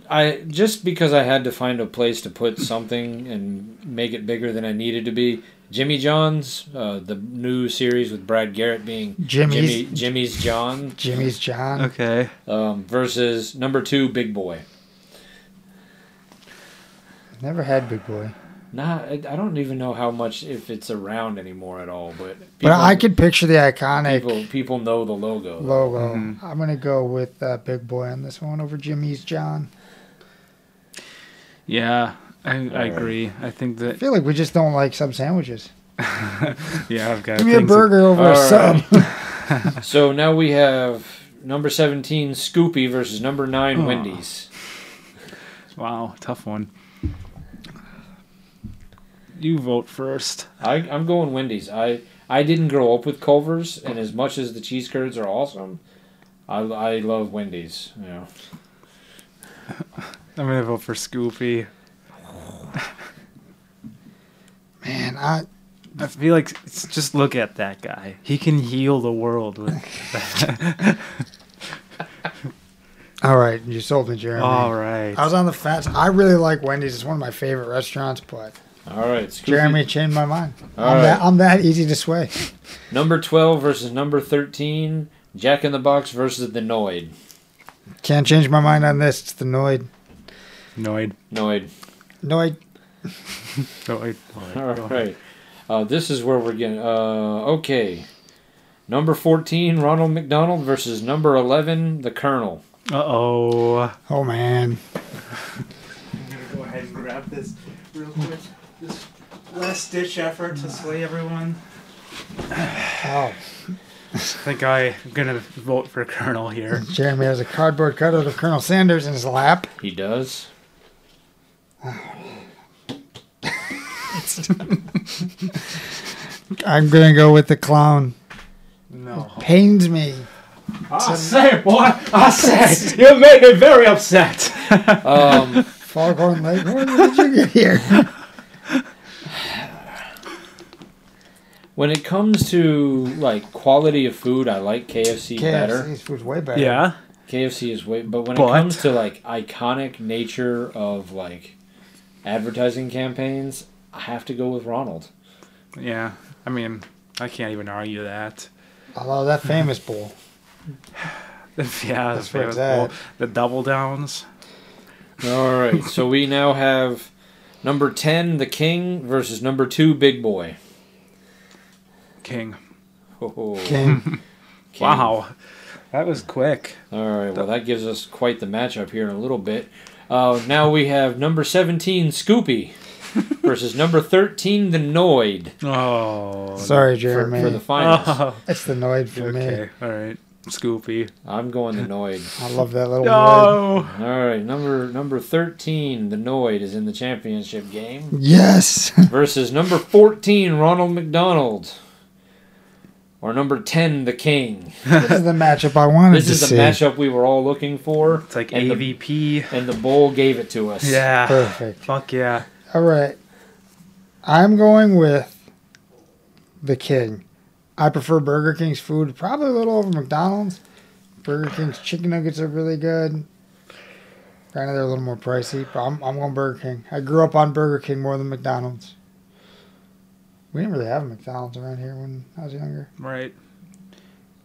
I just because I had to find a place to put something and make it bigger than I needed to be. Jimmy John's, uh, the new series with Brad Garrett being Jimmy's Jimmy Jimmy's John Jimmy's John. Okay. um, versus number two Big Boy. Never had Big Boy, Nah, I, I don't even know how much if it's around anymore at all. But people, but I could picture the iconic people Mm-hmm. people know the logo. logo. Mhm. I'm gonna go with uh, Big Boy on this one over Jimmy's John. Yeah. I, I right. agree. I think I that feel like we just don't like sub sandwiches. yeah, I've got Give me a things that- burger over All a sub. so now we have number seventeen Scoopy versus number nine Hmm. Aw. Wendy's. Wow, tough one. You vote first. I, I'm going Wendy's. I I didn't grow up with Culver's, and as much as the cheese curds are awesome, I, I love Wendy's. You know, I'm gonna vote for Scoopy. Man, I I feel like s- just look at that guy. He can heal the world with. All right, you sold me, Jeremy. All right. I was on the fence. I really like Wendy's. It's one of my favorite restaurants, but All right, Scoofy. Jeremy changed my mind. All I'm, right. that, I'm that easy to sway. Number twelve versus number thirteen. Jack in the Box versus the Noid. Can't change my mind on this. It's the Noid. Noid. Noid. Noid. Noid. All Go ahead. right. Uh, this is where we're getting. Uh, okay. Number 14, Ronald McDonald versus number 11, the Colonel. Uh oh. Oh, man. I'm gonna go ahead and grab this real quick. This last ditch effort to slay everyone. Oh, I think I'm gonna vote for Colonel here. Jeremy has a cardboard cutout of Colonel Sanders in his lap. He does. I'm going to go with the clown. No. Pains me. I say, boy, I say, you made me very upset. Um, Foghorn Leghorn, where did you get here? when it comes to like quality of food, I like KFC, better. KFC's food's way better. yeah. KFC is way, but when But- it comes to like iconic nature of like advertising campaigns, I have to go with Ronald. Yeah. I mean, I can't even argue that. Although that famous bowl. yeah. That's the where it's famous- well, at. the double downs. All right, so we now have number 10, the King versus number 2, Big Boy. King. Oh, King. King. Wow. That was quick. All right. Well, that gives us quite the matchup here in a little bit. Uh, now we have number 17, Scoopy, versus number 13, The Noid, Oh. Sorry, for, Jeremy. for the finals. Oh, it's the Noid for me. okay. All right. Scoopy. I'm going The Noid. I love that little word. No. All right. Number number 13, The Noid, is in the championship game, Yes. versus number 14, Ronald McDonald. Or number 10, The King. this is the matchup I wanted This to is the see. matchup we were all looking for. It's like and the, AVP. and the bowl gave it to us. yeah. Perfect. Fuck yeah. All right. I'm going with the King. I prefer Burger King's food, probably a little over McDonald's. Burger King's chicken nuggets are really good. Granted, they're a little more pricey, but I'm, I'm going Burger King. I grew up on Burger King more than McDonald's. We didn't really have a McDonald's around here when I was younger. Right.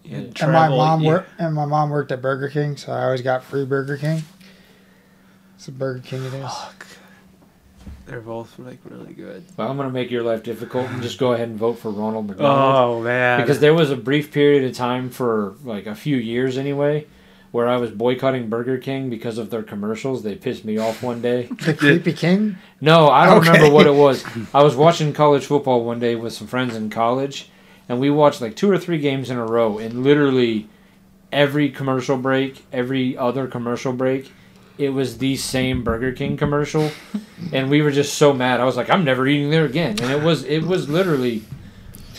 You And my and my travel- mom you- worked and my mom worked at Burger King, so I always got free Burger King. So Burger King it is. Fuck. They're both like really good. Well, I'm going to make your life difficult and just go ahead and vote for Ronald McDonald. Oh man. because there was a brief period of time for like a few years anyway where I was boycotting Burger King because of their commercials. They pissed me off one day. The creepy king. No, I don't Okay. remember what it was. I was watching college football one day with some friends in college, and we watched like two or three games in a row, and literally every commercial break, every other commercial break, it was the same Burger King commercial, and we were just so mad. I was like, I'm never eating there again, and it was it was literally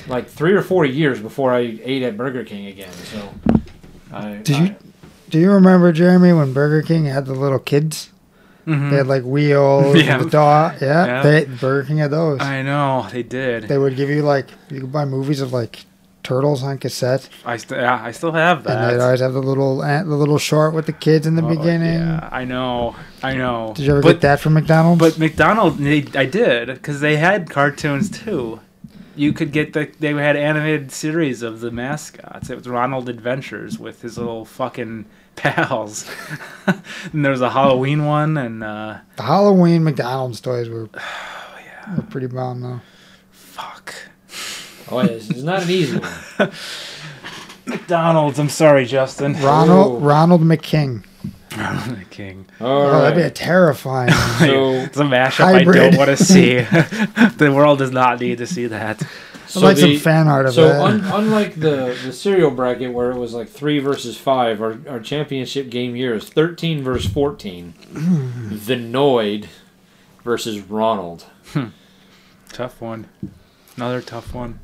like three or four years before I ate at Burger King again. So, I, Did I- you- Do you remember Jeremy when Burger King had the little kids? Mm-hmm. They had like wheels, Mm. Yeah. and the dog. Yeah, Yeah. They, Burger King had those. I know they did. They would give you like you could buy movies of like turtles on cassette, I st- yeah, I still have and that. they'd always have the little ant- the little short with the kids in the Oh, beginning. Yeah, I know. I know. Did you ever but, get that from McDonald's? But McDonald, they, I did because they had cartoons too. You could get the they had animated series of the mascots. It was Ronald Adventures with his little fucking pals. and there was a Halloween one and uh, the Halloween McDonald's toys were, Oh, were pretty bomb though. fuck Oh, yeah, this is not an easy one. McDonald's. I'm sorry, Justin. Ronald Ooh. Ronald McKing. Ronald the King. Oh. All oh, that'd be a right, terrifying. so It's a mashup I Hybrid. don't want to see. the world does not need to see that. so I'd like the- some fan art of So that. un- unlike the the serial bracket where it was like three versus five, our, our championship game here is thirteen versus fourteen. the Noid versus Ronald. Tough one. Another tough one.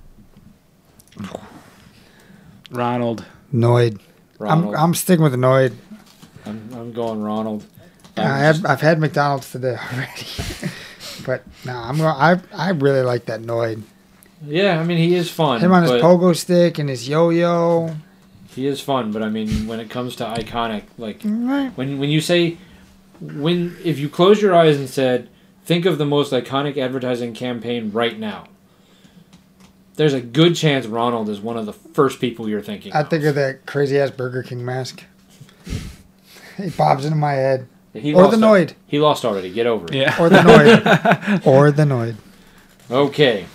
Ronald. Noid. I'm, Ronald. I'm, I'm sticking with Noid. I'm, going Ronald. Um, I have, I've had McDonald's today already, but no, I'm going. I I really like that Noid. yeah, I mean he is fun. Him on his but pogo stick and his yo yo. He is fun, but I mean, when it comes to iconic, like Right. when when you say when if you close your eyes and said, think of the most iconic advertising campaign right now. There's a good chance Ronald is one of the first people you're thinking. I of. think of that crazy ass Burger King mask. It pops into my head. he or lost the al- Noid. He lost already. Get over it. Yeah. Or the Noid. or the Noid. Okay.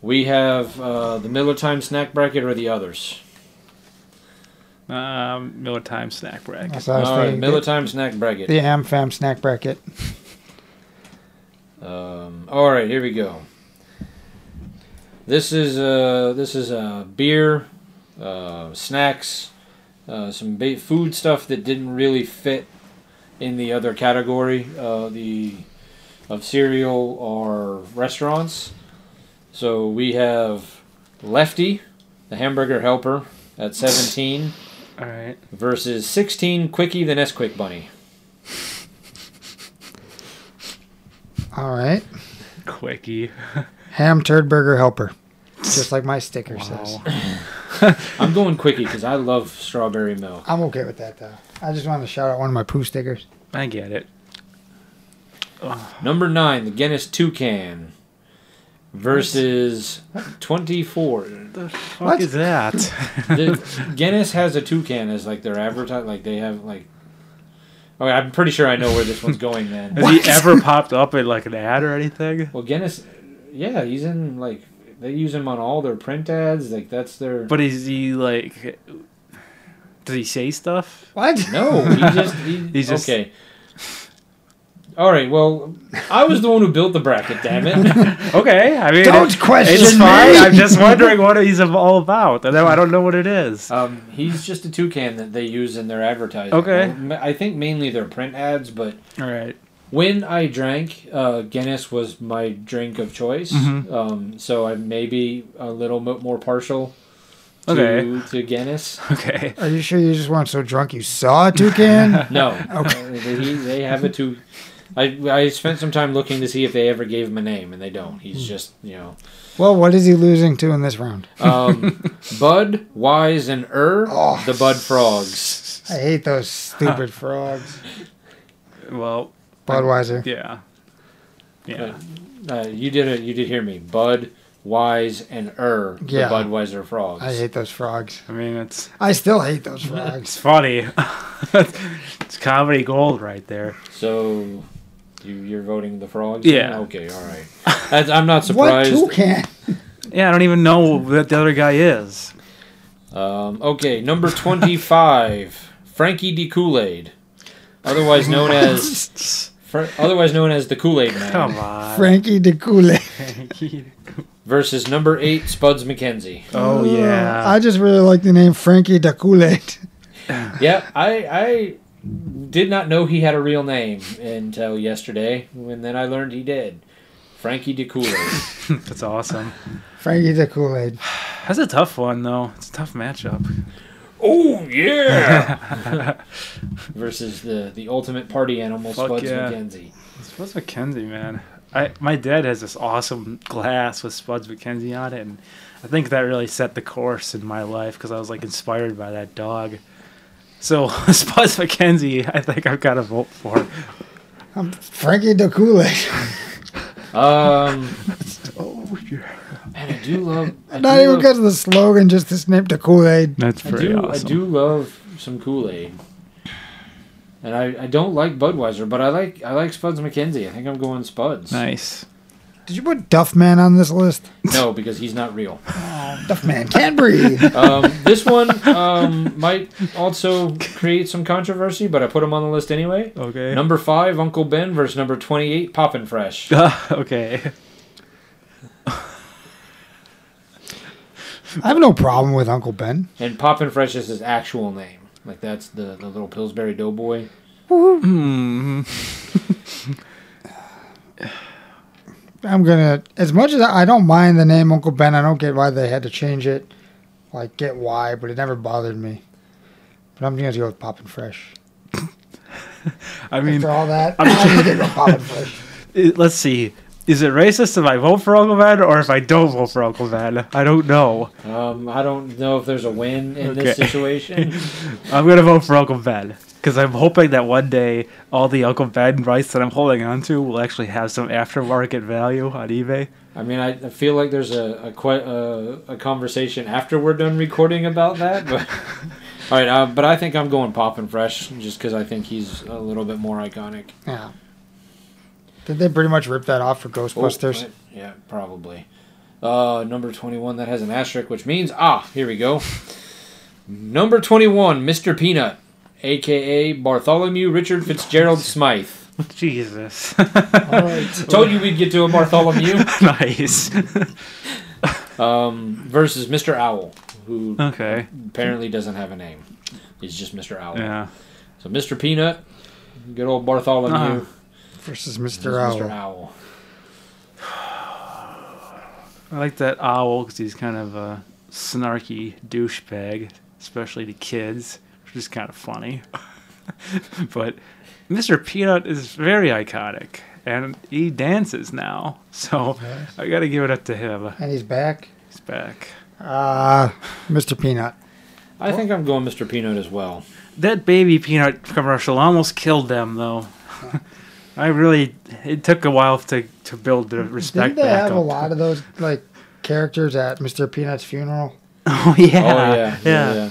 We have uh, the Miller Time snack bracket or the others. Um, Miller Time snack bracket. That's what I was All right, thinking. Miller The, Time snack bracket. the Am Fam snack bracket. Um, all right, here we go. This is uh, this is uh, beer, uh, snacks, uh, some ba- food stuff that didn't really fit in the other category uh, the of cereal or restaurants. So we have Lefty, the hamburger helper, at seventeen All right. versus sixteen Quickie the Nesquik Bunny. All right. Quickie. Ham turd burger helper. Just like my sticker says. Wow. I'm going Quickie because I love strawberry milk. I'm okay with that though. I just wanted to shout out one of my poo stickers. I get it. Number nine, the Guinness Toucan versus 24. The fuck What? is that? The, Guinness has a toucan as like their advertise, like they have like. Okay, I'm pretty sure I know where this one's going then. Has he ever popped up in like an ad or anything? Well, Guinness, yeah, he's in like they use him on all their print ads. Like that's their. But is he like? Does he say stuff? What? No, he just he, He's just- okay. All right, well, I was the one who built the bracket. Damn it! Okay, I mean, Don't it- question It's fine. me. I'm just wondering what he's all about. And then I don't know what it is. Um, he's just a toucan that they use in their advertising. Okay. Well, I think mainly their print ads, but All right. when I drank, uh, Guinness was my drink of choice. Mhm. Um, so I may be a little bit more partial to, Okay. to Guinness. Okay. Are you sure you just weren't so drunk you saw a toucan? No, Okay. Uh, they, they have it to. I, I spent some time looking to see if they ever gave him a name, and they don't. He's just you know, well, what is he losing to in this round? um, Bud, Wise, and Er, Oh. the Bud Frogs. I hate those stupid frogs. Well, Budweiser. yeah. Yeah. Uh, you did it. You did hear me, Bud, Wise, and Er, Yeah. the Budweiser Frogs. I hate those frogs. I mean, it's I still hate those it's frogs. funny. it's comedy gold right there. So, you, you're voting the frogs? Yeah. now? Okay, all right. That's, I'm not What surprised. toucan? Yeah, I don't even know what the other guy is. Um, okay, number 25, Frankie D. Kool Aid. Otherwise known as Fra- otherwise known as the Kool Aid Man Come on. Frankie de Kool-Aid. versus number eight Spuds McKenzie. Oh yeah. I just really like the name Frankie de Kool-Aid. Yeah, I I did not know he had a real name until yesterday, and then I learned he did. Frankie D. Kool Aid. That's awesome. Frankie de Kool-Aid. That's a tough one though. It's a tough matchup. Oh yeah! Versus the the ultimate party animal, Fuck Spuds yeah. McKenzie. Spuds McKenzie, man. I my dad has this awesome glass with Spuds McKenzie on it, and I think that really set the course in my life because I was like inspired by that dog. So Spuds McKenzie, I think I've got to vote for. I'm Frankie de Kool-Aid. Um, Oh, yeah. man, I do love. I Not do even love, because of the slogan, just this name de Kool-Aid. That's I do. I do love some Kool Aid, and I, I don't like Budweiser, but I like I like Spuds McKenzie. I think I'm going Spuds. Nice. Did you put Duffman on this list? No, because he's not real. Duffman can't breathe. Um, this one um, might also create some controversy, but I put him on the list anyway. Okay. Number five, Uncle Ben versus number twenty-eight, Poppin' Fresh. okay. I have no problem with Uncle Ben. And Poppin' Fresh is his actual name. Like that's the, the little Pillsbury Doughboy. Hmm. I'm gonna. As much as I, I don't mind the name Uncle Ben, I don't get why they had to change it. Like, get why, but it never bothered me. But I'm gonna go with Poppin' Fresh. I mean, After all that, I'm just gonna go Poppin' Fresh. it- let's see. Is it racist if I vote for Uncle Van or if I don't vote for Uncle Van? I don't know. Um, I don't know if there's a win in this Okay. situation. I'm gonna vote for Uncle Van because I'm hoping that one day all the Uncle Van rights that I'm holding on to will actually have some aftermarket value on eBay. I mean, I, I feel like there's a a, que- a a conversation after we're done recording about that. But all right, uh, but I think I'm going poppin' fresh just because I think he's a little bit more iconic. Yeah. Did they pretty much rip that off for Ghostbusters? Oh, yeah, probably. Uh, number 21, that has an asterisk, which means, ah, here we go. Number 21, Mr. Peanut, a.k.a. Bartholomew Richard Fitzgerald Smythe. Jesus, Oh, Oh. All right. Told you we'd get to a Bartholomew. nice. Um, versus Mr. Owl, who Okay, apparently doesn't have a name. He's just Mr. Owl. yeah. So Mr. Peanut, good old Bartholomew, Uh-huh. Versus versus Mr. Mr. Owl. Owl. I like that owl because he's kind of a snarky douchebag, especially to kids, which is kind of funny. but Mr. Peanut is very iconic, and he dances now, so I gotta give it up to him. And he's back. He's back. Uh, Mr. Peanut. I think I'm going Mr. Peanut as well. That baby peanut commercial almost killed them, though. I really, it took a while to to build the respect Didn't they back have up. a lot of those like characters at Mr. Peanut's funeral? oh yeah, Oh yeah, yeah. yeah. yeah.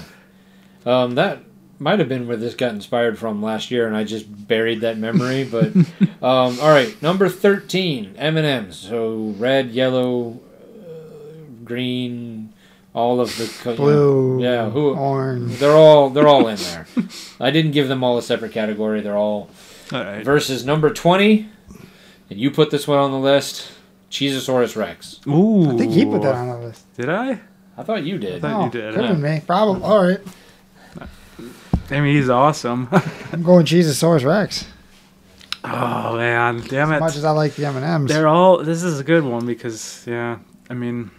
Um, that might have been where this got inspired from last year, and I just buried that memory. But um, all right, number thirteen, M and M's. So red, yellow, uh, green, all of the co- you know- Blue. yeah, who- Orange. they're all they're all in there. I didn't give them all a separate category. They're all All right. versus number twenty, and you put this one on the list. Cheezosaurus Rex. Ooh, I think he put that on the list. Did I? I thought you did. thought you did, Could huh? have been me. Probably. All right. I mean, he's awesome. I'm going Cheezosaurus Rex. Oh man, damn As much it! as I like the M and M's. They're all. This is a good one because yeah, I mean,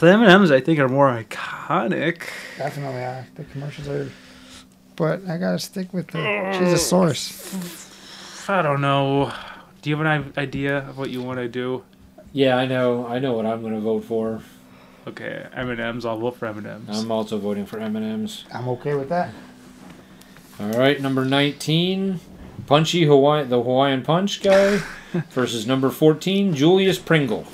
the M and M's I think are more iconic. Definitely are. The commercials are. But I gotta stick with the Cheezosaurus. I don't know. Do you have an i- idea of what you want to do? Yeah, I know. I know what I'm going to vote for. Okay, M and M's. I'll vote for M and M's. I'm also voting for M and M's. I'm okay with that. All right, number 19, Punchy Hawaii, the Hawaiian Punch guy versus number 14, Julius Pringle.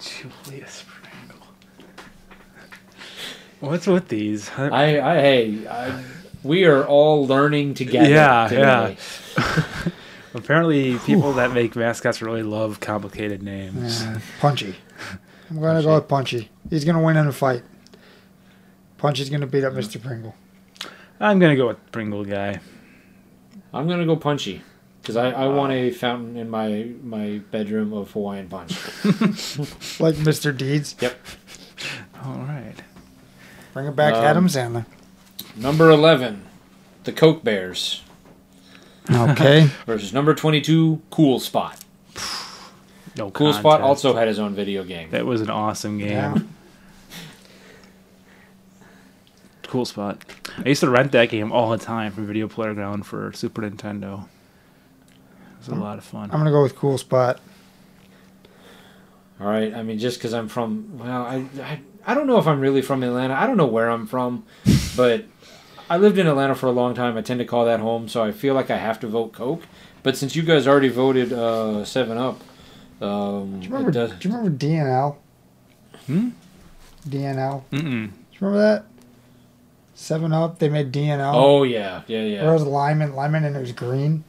Julius Pringle. What's with these? I- I, I hey, I, we are all learning together. Yeah, today. yeah. Apparently, people that make mascots really love complicated names. Uh, punchy. I'm gonna go with Punchy. He's gonna win in a fight. Punchy's gonna beat up Mr. Pringle. I'm gonna go with Pringle guy. I'm going to go Punchy because I, I want a fountain in my, my bedroom of Hawaiian Punch. Like Mr. Deeds. All right. Bring it back, Um, Adam Sandler. Number 11, the Coke Bears Okay. versus number 22, Cool Spot. No Cool Spot contest. also had his own video game. That was an awesome game. yeah. Cool spot. I used to rent that game all the time from Video Playground for Super Nintendo. It was a lot of fun. Hmm. I'm gonna go with Cool Spot. All right. I mean, just because I'm from, well, I, I, I don't know if I'm really from Atlanta. I don't know where I'm from, but I lived in Atlanta for a long time. I tend to call that home, so I feel like I have to vote Coke. But since you guys already voted uh, Seven Up, um, Do you it remember? does, Do you remember DNL? Hmm? DNL. Mm-mm. Do you remember that? Seven Up. They made DNL. oh yeah, yeah, Where it yeah. was lemon, lemon, and it was green.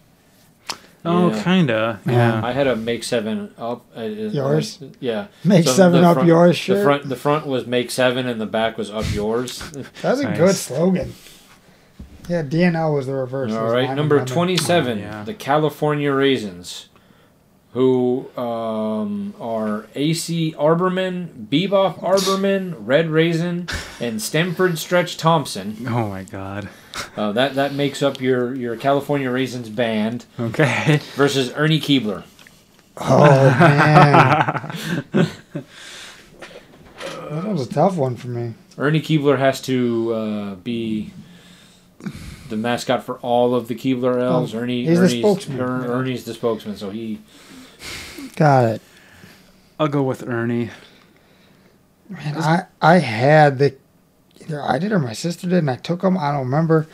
Oh, Yeah. kinda. Yeah. Yeah. I had a make Seven Up. uh, uh, Yours? Yeah. Make So Seven the Up front- yours The shirt. front, the front was make seven, and the back was up yours. That was a Nice. good slogan. Yeah, DNL was the reverse. It All was right, lime number and lemon. twenty-seven, Oh, yeah. the California Raisins, who um, are AC Arborman, Bebop Arborman, Red Raisin, and Stemford Stretch Thompson. Oh my god. Uh, that that makes up your your California Raisins band Okay. versus Ernie Keebler. Oh man, that was a tough one for me. Ernie Keebler has to uh, be the mascot for all of the Keebler elves. Oh, Ernie, he's the Ernie's, spokesman. Er- Ernie's the spokesman, so he. Got it. I'll go with Ernie. Man, I I had the either I did or my sister did, and I took them. I don't remember,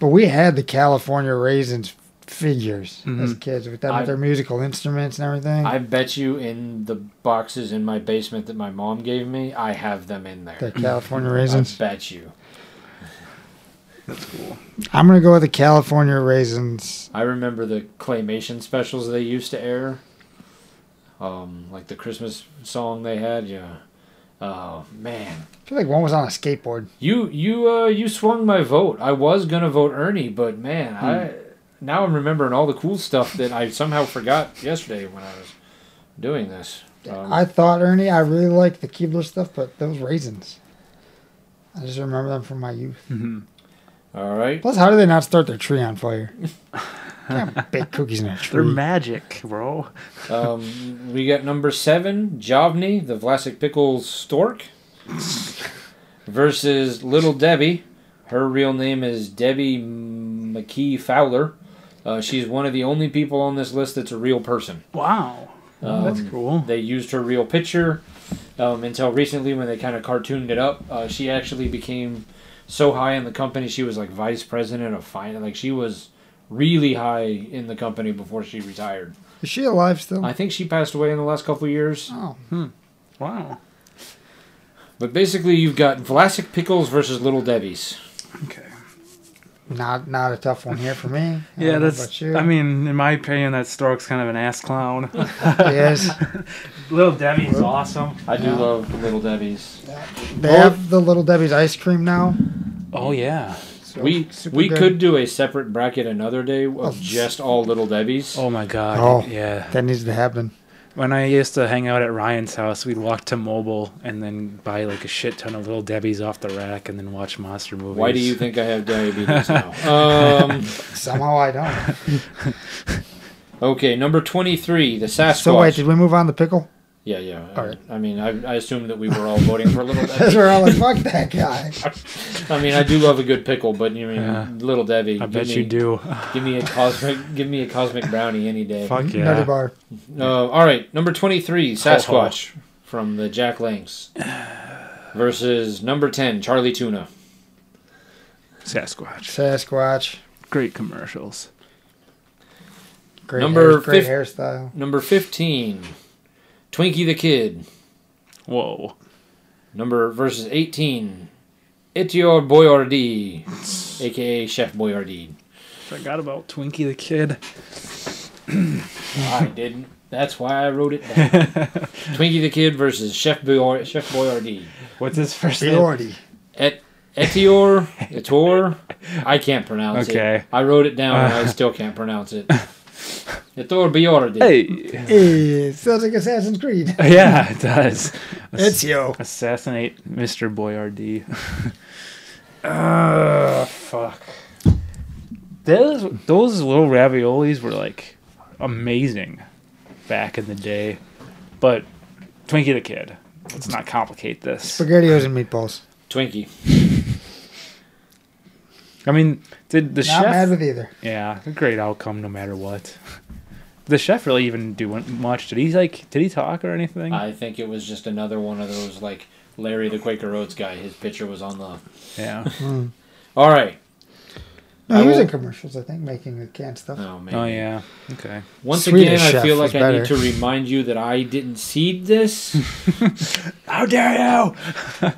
but we had the California raisins figures as Mhm. kids with them I- with their musical instruments and everything. I bet you in the boxes in my basement that my mom gave me, I have them in there. the California I raisins. bet you. That's cool. I'm gonna go with the California raisins. I remember the claymation specials they used to air. Um, like the Christmas song they had, yeah. Oh man, I feel like one was on a skateboard. you you uh you swung my vote. I was gonna vote Ernie, but man, Hmm. I now I'm remembering all the cool stuff that I somehow forgot yesterday when I was doing this. Um, I thought Ernie, I really liked the Keebler stuff, but those raisins. I just remember them from my youth. hmm all right, Plus, how do they not start their tree on fire? Can't bake cookies in a tree. They're magic, bro. um, we got number seven, Jovni, the Vlasic Pickles stork, versus Little Debbie. Her real name is Debbie McKee Fowler. Uh, she's one of the only people on this list that's a real person. Wow. Oh, That's Um, cool. They used her real picture um, until recently when they kind of cartooned it up. Uh, she actually became so high in the company she was like vice president of finance. Like she was really high in the company before she retired. Is she alive still? I think she passed away in the last couple of years. oh, Wow. But basically, you've got Vlasic Pickles versus Little Debbie's. Okay. not not a tough one here for me. I don't Yeah, know that's. about you. I mean, in my opinion, that Stork's kind of an ass clown. yes, Little Debbie's awesome. I do Yeah. love Little Debbie's. they have the Little Debbie's ice cream now. Oh yeah. so we super we good. could do a separate bracket another day of Oh, just all Little Debbie's. Oh my god. Oh. Yeah. That needs to happen. When I used to hang out at Ryan's house, we'd walk to Mobile and then buy like a shit ton of little Debbie's off the rack and then watch monster movies. Why do you think I have diabetes now? Um, Somehow I don't. Okay, number 23, the Sasquatch. so wait, did we move on to pickle? yeah, yeah. All right. I mean, I, I assume that we were all voting for Little Because Debbie. we're all like, fuck that guy. I mean, I do love a good pickle, but you mean Yeah. Little Debbie. I give bet me, you do. Give me a cosmic give me a cosmic brownie any day. Fuck Nutty yeah. bar. Uh, all right, number 23, ho. Sasquatch from the Jack Langs versus number 10, Charlie Tuna. Sasquatch. Sasquatch. Great commercials. Great Number hair, great fif- hairstyle. Number 15, Twinkie the Kid. Whoa. Number versus 18, Etior Boyardee, aka Chef Boyardee. Forgot about Twinkie the Kid. I didn't. That's why I wrote it down. Twinkie the Kid versus Chef Boyar- Chef Boyardee. What's his first name? Priority. Et Etior Etor. I can't pronounce it. Okay. I wrote it down and I still can't pronounce it. Etor Boyardee. Hey. Hey, sounds like Assassin's Creed. Yeah, it does. It's yo. Assassinate Mr. Boyardee. Ah, fuck. Those those little raviolis were like amazing back in the day, but Twinkie the Kid. Let's not complicate this. Spaghettios and meatballs. Twinkie. I mean, did the Not chef? mad with either. yeah, a great outcome no matter what. The chef really even do much. Did he like? Did he talk or anything? I think it was just another one of those like Larry the Quaker Oats guy. His picture was on the. yeah. All right. No, I he was will- in commercials, I think, making the canned stuff. Oh man. Oh yeah. Okay. Once Swedish again, I Chef feel was like I better. need to remind you that I didn't seed this. How dare you!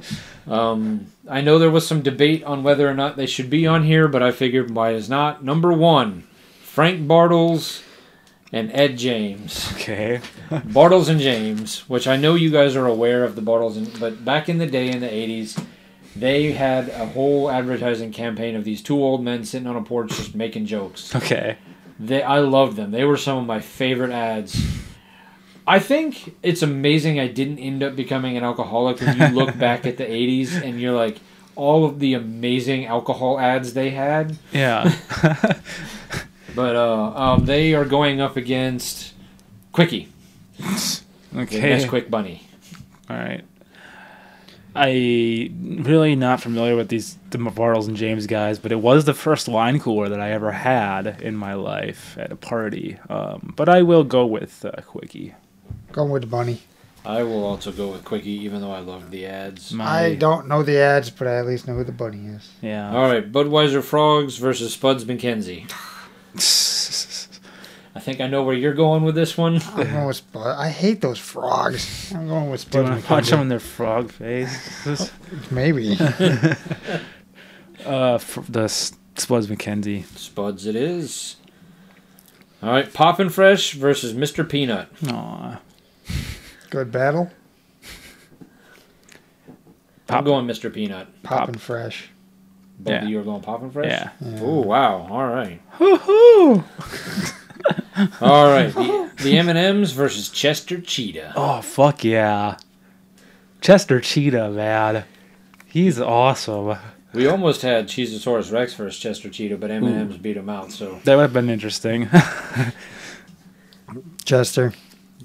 Um, I know there was some debate on whether or not they should be on here, but I figured why is not. Number one, Frank Bartles and Ed James. Okay. Bartles and James, which I know you guys are aware of the Bartles, and, but back in the day in the 80s, they had a whole advertising campaign of these two old men sitting on a porch just making jokes. Okay. They, I loved them. They were some of my favorite ads. I think it's amazing I didn't end up becoming an alcoholic when you look back at the 80s and you're like, all of the amazing alcohol ads they had. Yeah. But uh, um, they are going up against Quickie, the Okay. Quick Bunny. All right. I really not familiar with these the Bartles and James guys, but it was the first wine cooler that I ever had in my life at a party. Um, but I will go with uh, Quickie. Going with the bunny. I will also go with Quickie, even though I love the ads. My- I don't know the ads, but I at least know who the bunny is. Yeah. All right, Budweiser Frogs versus Spuds McKenzie. I think I know where you're going with this one. I'm going with Spud. I hate those frogs. I'm going with Do you Spud. want to punch them in their frog face? Maybe. uh, f- the S- Spuds McKenzie. Spuds it is. All right, Poppin' Fresh versus Mr. Peanut. Aw. Good battle. I'm Pop- going Mr. Peanut. Poppin' Pop. fresh. Both Yeah. of you are going Poppin' Fresh? Yeah. Yeah. Oh, wow. All right. Woohoo! All right. The, the M&M's versus Chester Cheetah. Oh fuck yeah. Chester Cheetah, man. He's awesome. We almost had Cheezosaurus Rex versus Chester Cheetah, but M&M's beat him out, so That would have been interesting. Chester.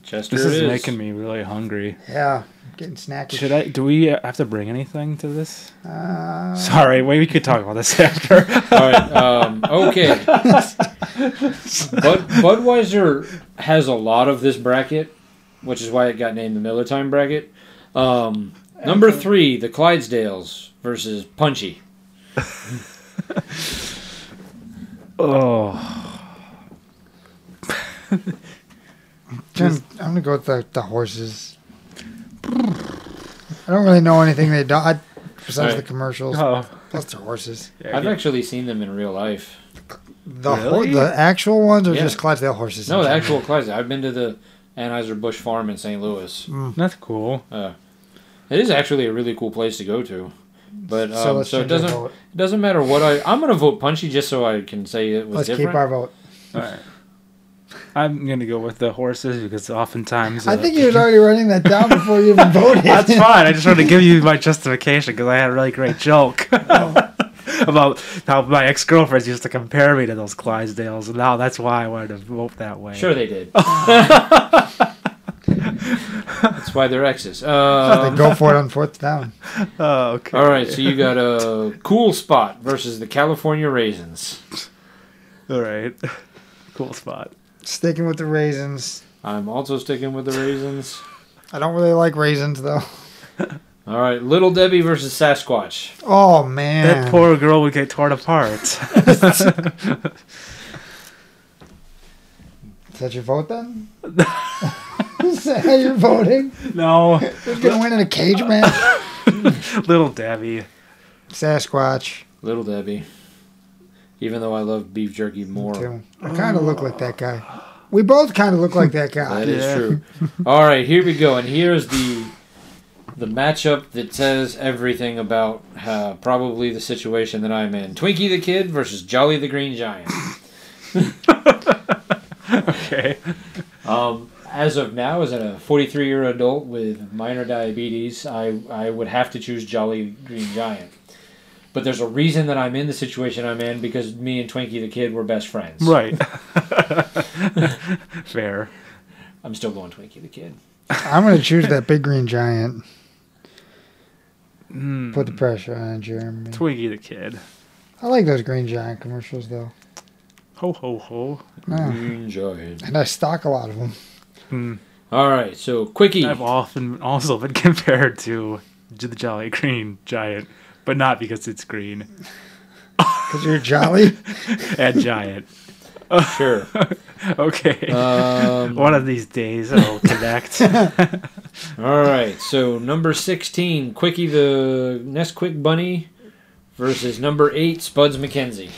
Chester this it is is. making me really hungry. Yeah. Getting snacky. Should I? Do we have to bring anything to this? Uh, Sorry, wait, we could talk about this after. All right. Um, okay. Bud, Budweiser has a lot of this bracket, which is why it got named the Miller Time bracket. Um, number three, the Clydesdales versus Punchy. oh, I'm, I'm gonna go with the, the horses. I don't really know anything they do. I, besides Alright. the commercials, oh. plus the horses. I've actually seen them in real life. The ho- Really? the actual ones are Yeah. just Clydesdale horses. No, in the general? actual Clydesdale. I've been to the Anheuser Busch Farm in St. Louis. That's cool. It is actually a really cool place to go to. But um, so, let's it change our doesn't vote. it doesn't matter what I I'm gonna vote Punchy just so I can say it was Let's different. keep our vote. All right. I'm gonna go with the horses because oftentimes I uh, think he was already writing that down before you even voted. That's fine. I just wanted to give you my justification because I had a really great joke Oh. about how my ex girlfriends used to compare me to those Clydesdales, and now that's why I wanted to vote that way. Sure, they did. That's why they're exes. Uh, They go for it on fourth down. Oh, okay. all right, so you got a cool spot versus the California Raisins. All right. Cool spot. Sticking with the raisins. I'm also sticking with the raisins. I don't really like raisins though. All right, Little Debbie versus Sasquatch. Oh man. That poor girl would get torn apart. Is that your vote then? Is that how you're voting? no, Who's gonna win in a cage match? little Debbie. Sasquatch. Little Debbie. Even though I love beef jerky more. Too. I kind of look like that guy. We both kind of look like that guy. That is Yeah. true. All right, here we go. And here's the the matchup that says everything about uh, probably the situation that I'm in. Twinkie the Kid versus Jolly the Green Giant. Okay. Um, as of now, as a 43 year adult with minor diabetes, I, I would have to choose Jolly Green Giant. But there's a reason that I'm in the situation I'm in because me and Twinkie the Kid were best friends. Right. Fair. I'm still going Twinkie the Kid. I'm gonna choose that big green giant. Mm, Put the pressure on Jeremy. Twiggy the kid. I like those green giant commercials though. Ho ho ho. Yeah. Green Giant. And I stock a lot of them. Hmm. All right, so Quickie. I've often also been compared to J- the Jolly Green Giant, but not because it's green Cause you're jolly. and giant. Sure. Okay. Um, One of these days I'll connect. all right, so number 16, Quickie the Nesquik Bunny versus number 8, Spuds McKenzie.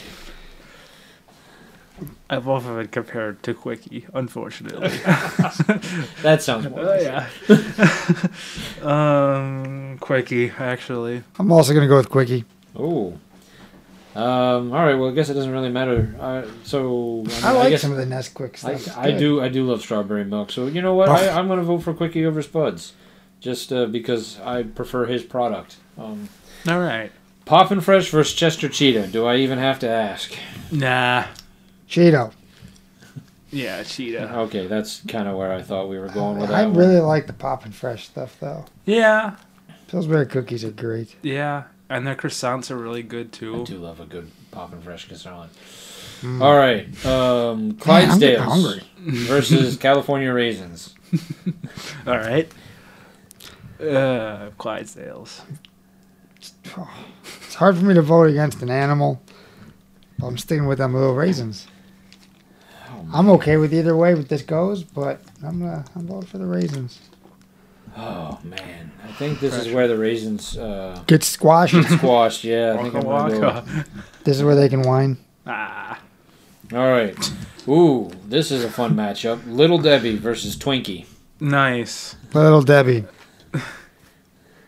I've often been compared to Quickie, unfortunately. That sounds more. Oh, yeah. um, Quickie, actually. I'm also gonna go with Quickie. Oh. Um, all right. Well, I guess it doesn't really matter. Uh, so I, mean, I I like guess some of the Nesquik stuff. Oh. I, I do. I do love strawberry milk. So you know what? I, I'm going to vote for Quickie over Spuds, just uh, because I prefer his product. Um, All right. Poppin' Fresh versus Chester Cheetah. Do I even have to ask? Nah. Cheeto. Yeah, Cheetah. Okay, that's kind of where I thought we were going with I that. really like the Poppin' Fresh stuff though. Yeah. Pillsbury cookies are great. Yeah, and their croissants are really good too. I do love a good pop and fresh croissant. Mm. All right, um, Clydesdales hungry. versus California raisins. All right. Uh, Clydesdales. oh, It's hard for me to vote against an animal. But I'm sticking with them little raisins. Oh, I'm okay with either way with this goes, but I'm uh, I'm voting for the raisins. Oh man, I think this is where the raisins uh, Get squashed. squashed. Yeah, I think I'm Waka gonna go. waka. this is where they can whine. Ah, All right. Ooh, this is a fun matchup. Little Debbie versus Twinkie. nice. Little Debbie.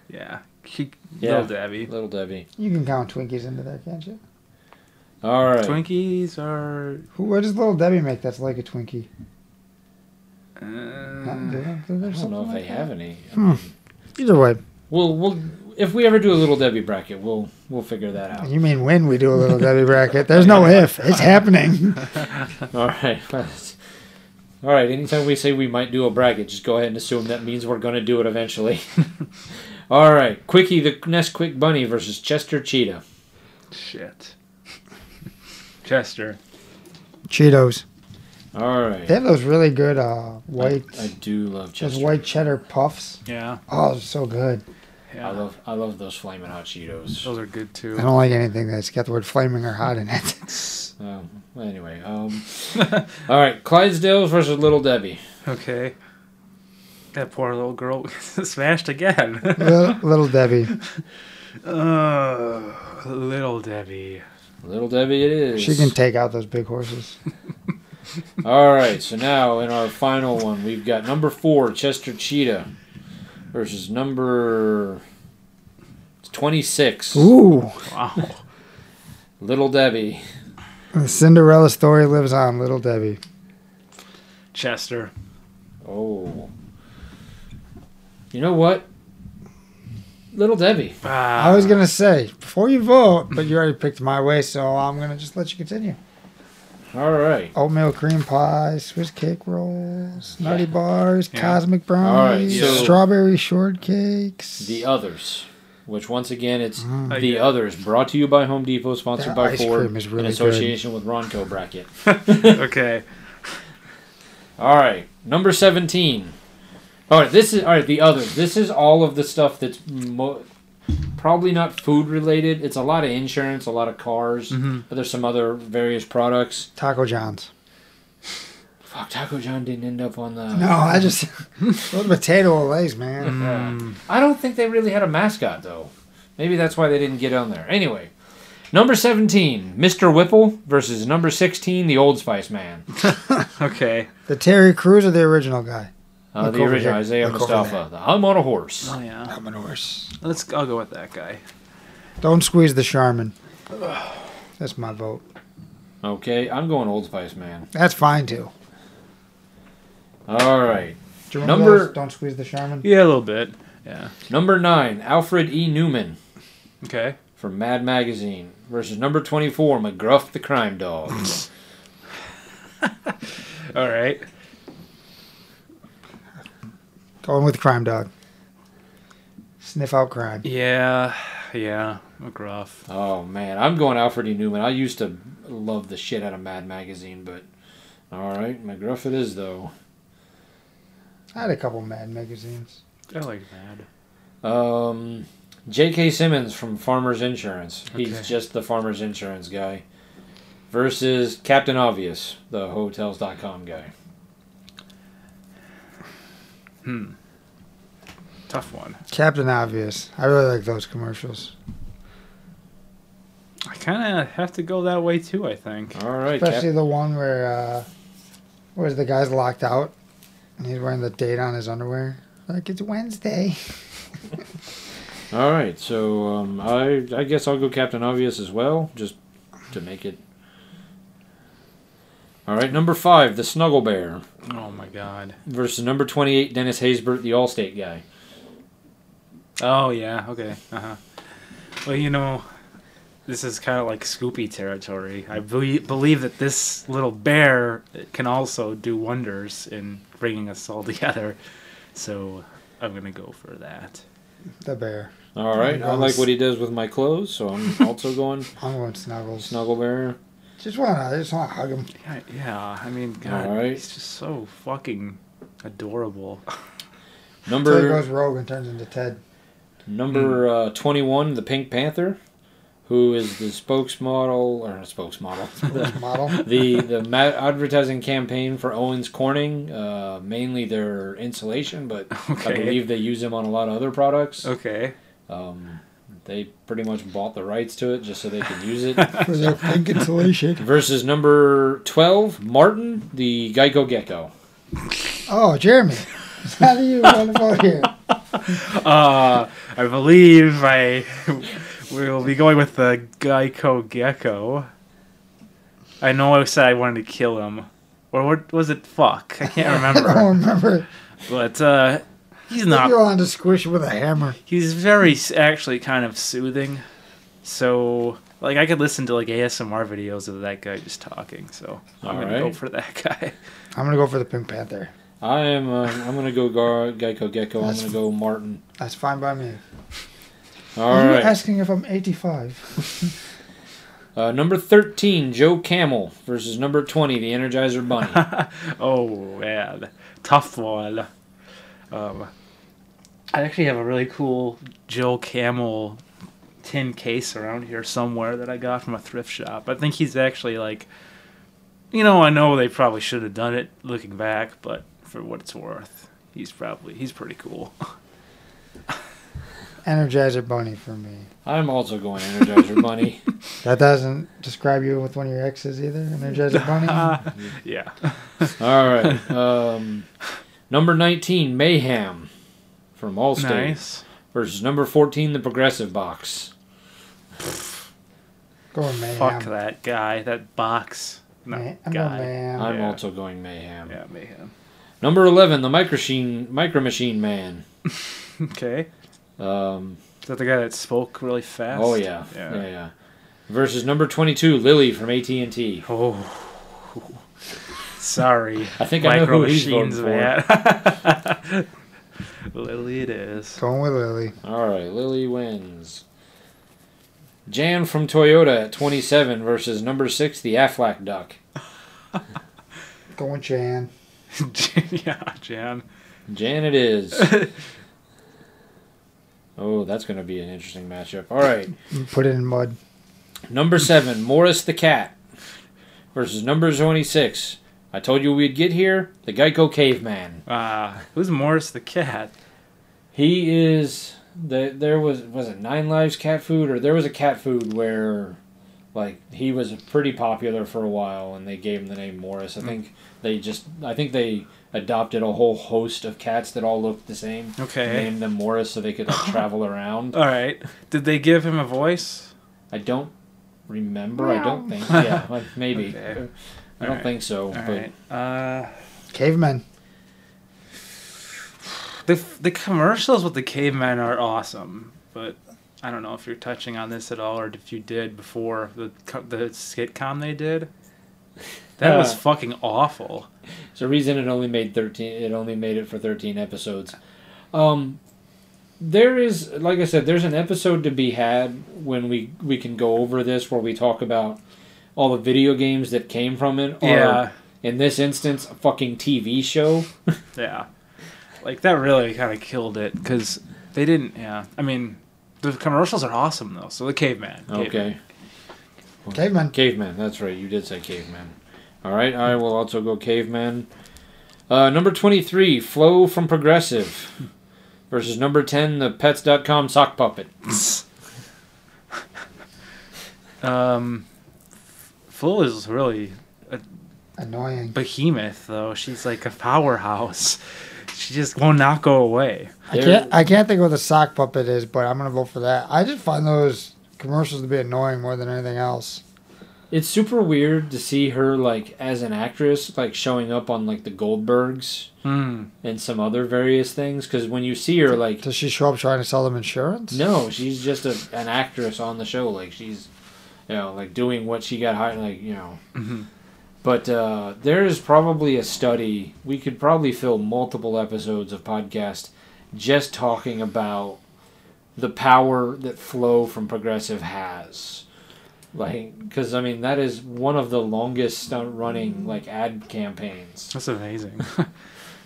Yeah. Keep Yeah. Little Debbie. Little Debbie. You can count Twinkies into there, can't you? All right. Twinkies are. Who, what does Little Debbie make that's like a Twinkie? Not- do Uh, they- do they- I don't know if something they like have any. that? Either way. We'll we'll if we ever do a Little Debbie bracket, we'll we'll figure that out. You mean when we do a Little Debbie bracket? There's no if. It's happening. All right. All right. Anytime we say we might do a bracket, just go ahead and assume that means we're going to do it eventually. All right. Quickie the Nest Quick Bunny versus Chester Cheetah. shit. Chester. Cheetos. All right. They have those really good uh, white, I, I do love those Chester. white cheddar puffs. Yeah. Oh, it's so good. Yeah. Oh. I love I love those flaming hot Cheetos. Those are good I too. don't like anything that's got the word flaming or hot in it. Um, anyway, um, all right, Clydesdales versus Little Debbie. Okay. That poor little girl smashed again. Little, Little Debbie. uh, little Debbie. Little Debbie, it is. She can take out those big horses. All right, so now in our final one, we've got number four, Chester Cheetah, versus number twenty-six, Ooh. Wow. Little Debbie. The Cinderella story lives on, Little Debbie. Chester. Oh, you know what? Little Debbie. Ah. I Ah. was going to say, before you vote, but you already picked my way, so I'm going to just let you continue. All right, Oatmeal cream pie, Swiss cake rolls, nutty Yeah. bars, Yeah. cosmic right, brownies, so- strawberry shortcakes. the uh, others. Which once again, it's I the get- others. Brought to you by Home Depot, sponsored Mm-hmm. That by ice Ford, cream is really in good. association with Ronco Bracket. okay. All right, number seventeen. All right, this is all right. The others. This is all of the stuff that's mo- probably not food related. It's a lot of insurance, a lot of cars, Mm-hmm. but there's some other various products. Taco John's. Fuck, Taco John didn't end up on the. No, I just little potato lays, Mm-hmm. man. Yeah. I don't think they really had a mascot though. Maybe that's why they didn't get on there. Anyway, number seventeen, Mr. Whipple versus number sixteen, the Old Spice Man. Okay. The Terry Crews or the original guy? Uh, Look the over original here. Isaiah Look over Mustafa. The I'm on a horse. Oh yeah. I'm an horse. Let's. I'll go with that guy. Don't squeeze the Charmin. That's my vote. Okay, I'm going Old Spice Man. That's fine too. All right. Do you remember Number- those? Don't squeeze the Charmin. Yeah, a little bit. Yeah. Number nine, Alfred E. Newman Okay. from Mad Magazine versus number 24, McGruff the Crime Dog. All right. Going with Crime Dog. Sniff out crime. Yeah. Yeah. McGruff. oh, man. I'm going Alfred E. Newman. I used to love the shit out of Mad Magazine, but all right. McGruff it is, though. I had a couple Mad magazines. I like that. Um, J.K. Simmons from Farmers Insurance. He's Okay. just the Farmers Insurance guy versus Captain Obvious, the Hotels.com guy. Hmm. Tough one. Captain Obvious. I really like those commercials. I kind of have to go that way too. I think. All right. Cap- Especially the one where uh where the guy's locked out and he's wearing the date on his underwear. Like it's Wednesday. All right, so um, I I guess I'll go Captain Obvious as well, just to make it. All right, number five, the Snuggle Bear Oh my god. versus number twenty-eight, Dennis Haysbert, the Allstate guy. Oh yeah. Okay. Uh huh. Well, you know, this is kind of like Scoopy territory. I belie- believe that this little bear can also do wonders in bringing us all together. So I'm gonna go for that. the bear. All right. I like Nice. what he does with my clothes, so I'm also going I'm going Snuggles. Snuggle Bear. Just want to, just want to hug him. Yeah, yeah, I mean, God, Alright. he's just so fucking adorable. Until he Number goes rogue and turns into Ted. Hmm. number uh, 21, the Pink Panther, who is the spokesmodel or spokesmodel, Model. the the ma- advertising campaign for Owens Corning, uh, mainly their insulation, but I Okay. believe they use them on a lot of other products. Okay. Um, they pretty much bought the rights to it just so they could use it. For their pink insulation. Versus number 12, Martin, the Geico Gecko. Oh, Jeremy. How do you want to vote here? Uh, I believe I we will be going with the Geico Gecko. I know I said I wanted to kill him. Or what was it? Fuck. I can't I remember. don't remember. but uh, he's not You're on to squish him with a hammer. he's very s- actually kind of soothing. So, like, I could listen to like ASMR videos of that guy just talking. So I'm gonna go Alright. for that guy. I'm going to go for the Pink Panther. I am. Uh, I'm gonna go Gar- Geico Gecko. I'm That's- gonna go Martin. That's fine by me. All Are you right. asking if I'm 85? Uh, number thirteen, Joe Camel versus number twenty, the Energizer Bunny. Oh man, tough one. Um, I actually have a really cool Joe Camel tin case around here somewhere that I got from a thrift shop. I think he's actually like, you know, I know they probably should have done it looking back, but for what it's worth, he's probably he's pretty cool. Energizer Bunny for me. I'm also going Energizer Bunny. That doesn't describe you with one of your exes either? Energizer Bunny? yeah. All right. Um, number nineteen, Mayhem from Allstate Nice. versus number fourteen, the Progressive Box. Going mayhem. Fuck that guy. That box. No, Ma- I'm going guy. mayhem. I'm Oh, Yeah. also going Mayhem. Yeah, mayhem. Number eleven, the Micro Machine Micro Machine Man. Okay. Um, Is that the guy that spoke really fast? oh yeah. yeah, yeah. yeah, Versus number twenty-two, Lily from AT and T. Oh, sorry. I think I know who he's voting for. man. Lily, it is. Going with Lily. All right, Lily wins. Jan from Toyota at 27 versus number six, the Aflac Duck. Going Jan. yeah, Jan. Jan it is. oh, that's going to be an interesting matchup. All right, Put it in mud. number seven, Morris the Cat versus number 26. I told you we'd get here, the Geico Caveman. Uh, who's Morris the cat? He is the, there was was it Nine Lives cat food or there was a cat food where like he was pretty popular for a while and they gave him the name Morris. I Hmm. think they just I think they adopted a whole host of cats that all looked the same. Okay. Named them Morris so they could like travel around. All right. Did they give him a voice? I don't remember. I don't think. Yeah, like maybe. Okay. I don't Alright. think so. All but right. Uh, Cavemen. the the commercials with the cavemen are awesome, but I don't know if you're touching on this at all or if you did before the co- the sitcom they did. That was Yeah. fucking awful. It's a reason it only made thirteen. It only made it for thirteen episodes. Um, there is, like I said, there's an episode to be had when we we can go over this where we talk about all the video games that came from it. Or, Yeah. In this instance, a fucking TV show. Yeah. Like that really kind of killed it because they didn't. Yeah. I mean, the commercials are awesome though. So the caveman. Caveman. Okay. Cavemen. Caveman. That's right. You did say caveman. All right. I will also go caveman. Uh, number twenty-three, Flo from Progressive, versus number ten, the Pets.com sock puppet. um, Flo is really Annoying. behemoth though. She's like a powerhouse. She just will not go away. I can't, I can't think of what the sock puppet is, but I'm going to vote for that. I just find those commercials to be annoying more than anything else. It's super weird to see her like as an actress, like showing up on like the Goldbergs Hmm. and some other various things. Because when you see her, like, Does she show up trying to sell them insurance? no, she's just a, an actress on the show. Like she's, you know, like doing what she got hired. Like you know, Mhm. but uh, there is probably a study we could probably fill multiple episodes of podcast just talking about the power that flow from progressive has like because i mean that is one of the longest running like ad campaigns That's amazing.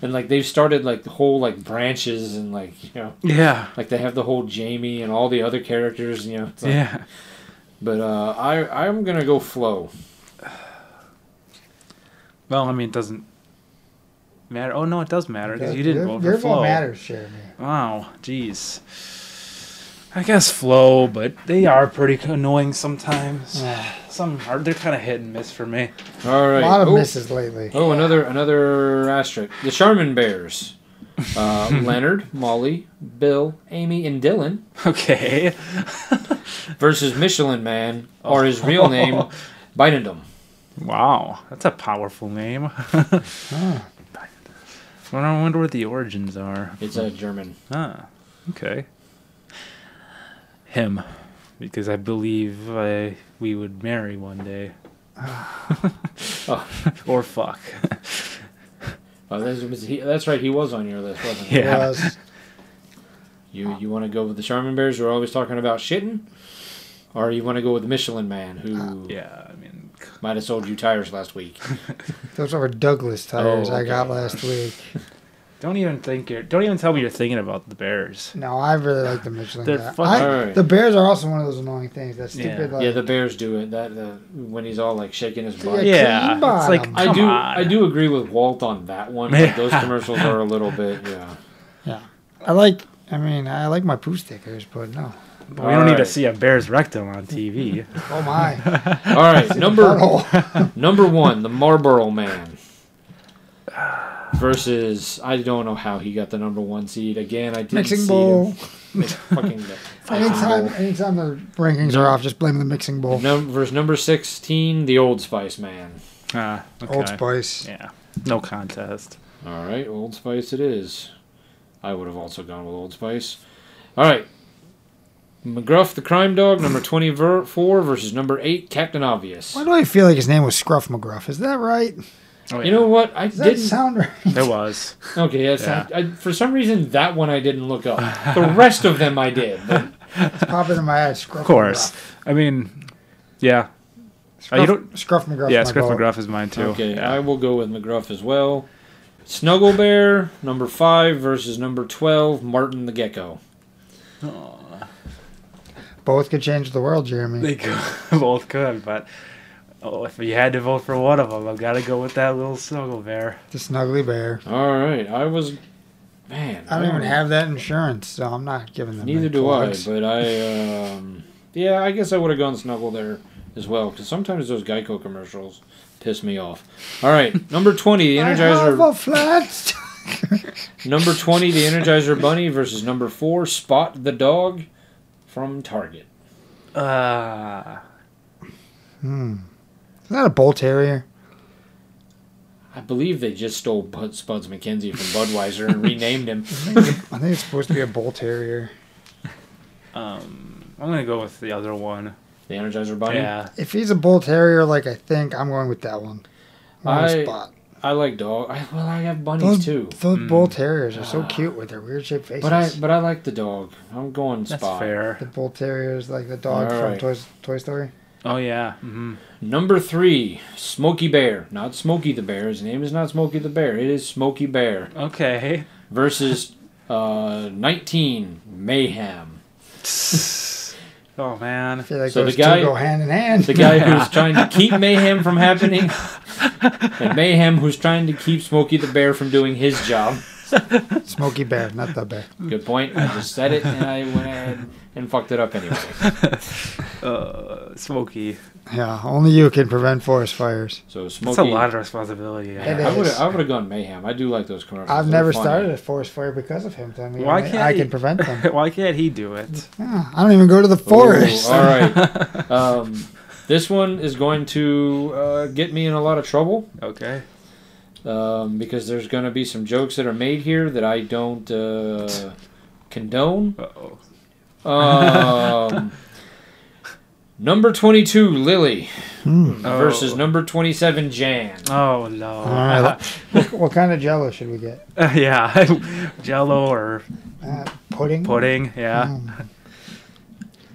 and like they've started like the whole like branches and like you know yeah. like they have the whole jamie and all the other characters you know it's like- Yeah. but uh i i'm gonna go flow Well, I mean, it doesn't matter. Oh, no, it does matter because you didn't Your- vote Your for vote Flo. matters, Jeremy. Wow. Jeez. I guess Flo, but they are pretty annoying sometimes. Some are, they're kind of hit and miss for me. all right Ah, A lot of Oh. misses lately. Oh, another another asterisk. The Charmin Bears. Uh, Leonard, Molly, Bill, Amy, and Dylan Okay. versus Michelin Man, or his real name, Bidendum. Wow, that's a powerful name. I wonder what the origins are. It's a German. Ah, okay. Him, because I believe I, we would marry one day. Oh. or fuck. Oh, that's, was he, that's right. He was on your list, wasn't he? Yeah. Was- You you want to go with the Charmin Bears? who are always talking about shitting, or you want to go with the Michelin Man, who Uh, Yeah, I mean, c- might have sold you tires last week? those were Douglas tires Oh, I got okay. last week. don't even think you're. Don't even tell me you're thinking about the Bears. No, I really like the Michelin. They're guy. fucking- I- Alright. The Bears are also one of those annoying things. That Yeah. stupid. Like, yeah, the Bears do it. That uh, when he's all like shaking his butt. Yeah, Yeah, clean it's like bottom. I come do on. I do agree with Walt on that one. But those commercials are a little bit yeah. I like. I mean, I like my poo stickers, but no. But we don't need to Alright. see a Bears rectum on TV. Oh my. All right, number Butthole. number one, the Marlboro Man versus I don't know how he got the number one seed again. I didn't mixing see bowl. him. Mix- Fucking mixing Anytime, bowl. anytime the rankings are off, just blame the mixing bowl. Num- versus number sixteen, the Old Spice Man. Ah, okay. Old Spice. Yeah, no contest. All right, Old Spice it is. I would have also gone with Old Spice. All right. McGruff the Crime Dog, number 24 versus number 8, Captain Obvious. Why do I feel like his name was Scruff McGruff? Is that right? Oh, You know what? I Does that didn't. sound right? It was. okay, yes, Yeah. I, I, for some reason that one I didn't look up. The rest of them I did. The- It's popping in my head. Scruff Of course. I mean, yeah. McGruff. Oh, you don't- Scruff McGruff. yeah, my Scriff vote. McGruff is mine too. okay, Yeah. I will go with McGruff as well. Snuggle Bear number five versus number twelve, Martin the Gecko. Both could change the world, Jeremy. They could, both could, but oh, if you had to vote for one of them, I've got to go with that little snuggle bear. the Snuggly Bear. All right, I was, man. I don't even have that insurance, so I'm not giving them. Neither any do plugs. I, but I, um, yeah, I guess I would have gone Snuggle there as well because sometimes those Geico commercials piss me off. All right, number twenty, the I have Energizer. a flat stomach. Number 20, the Energizer Bunny versus number 4, Spot the Dog from Target. Uh, hmm. Is that a bull terrier? I believe they just stole Bud Spuds McKenzie from Budweiser and renamed him. I think it's supposed to be a bull terrier. um, I'm going to go with the other one. The Energizer Bunny. Yeah. If he's a bull terrier, like I think, I'm going with that one. On I- the spot. I like dog. I, well, I have bunnies Those, too, those Mm. bull terriers are so cute with their weird shaped faces. but I but I like the dog. I'm going Spot. That's fair. the bull terriers, like the dog All from right. Toy, Toy Story. Oh, yeah. hmm Number three, Smokey Bear. Not Smokey the Bear. His name is not Smokey the Bear. It is Smokey Bear Okay. versus uh, 19 Mayhem. oh, I man. feel like So those the guy- two go hand in hand. the guy who's trying to keep mayhem from happening, and mayhem who's trying to keep Smokey the Bear from doing his job. Smokey Bear, not the bear. Good point. I just said it, and I went ahead and fucked it up anyway. Uh, Smokey. Yeah, only you can prevent forest fires. So Smokey, That's a lot of responsibility. Yeah, It I would is. I would have gone mayhem. I do like those commercials. I've They're never funny. started a forest fire because of him. I mean, Why only can't I he- can prevent them. Why can't he do it? Yeah, I don't even go to the Ooh, forest. all right. Um, this one is going to uh, get me in a lot of trouble Okay. um, because there's going to be some jokes that are made here that I don't uh, condone. Uh oh. Um, number 22, Lily, Hmm. Oh. versus number 27, Jan. Oh, no. All right. what, what kind of jello should we get? yeah. Jello or Uh, pudding? pudding. Yeah.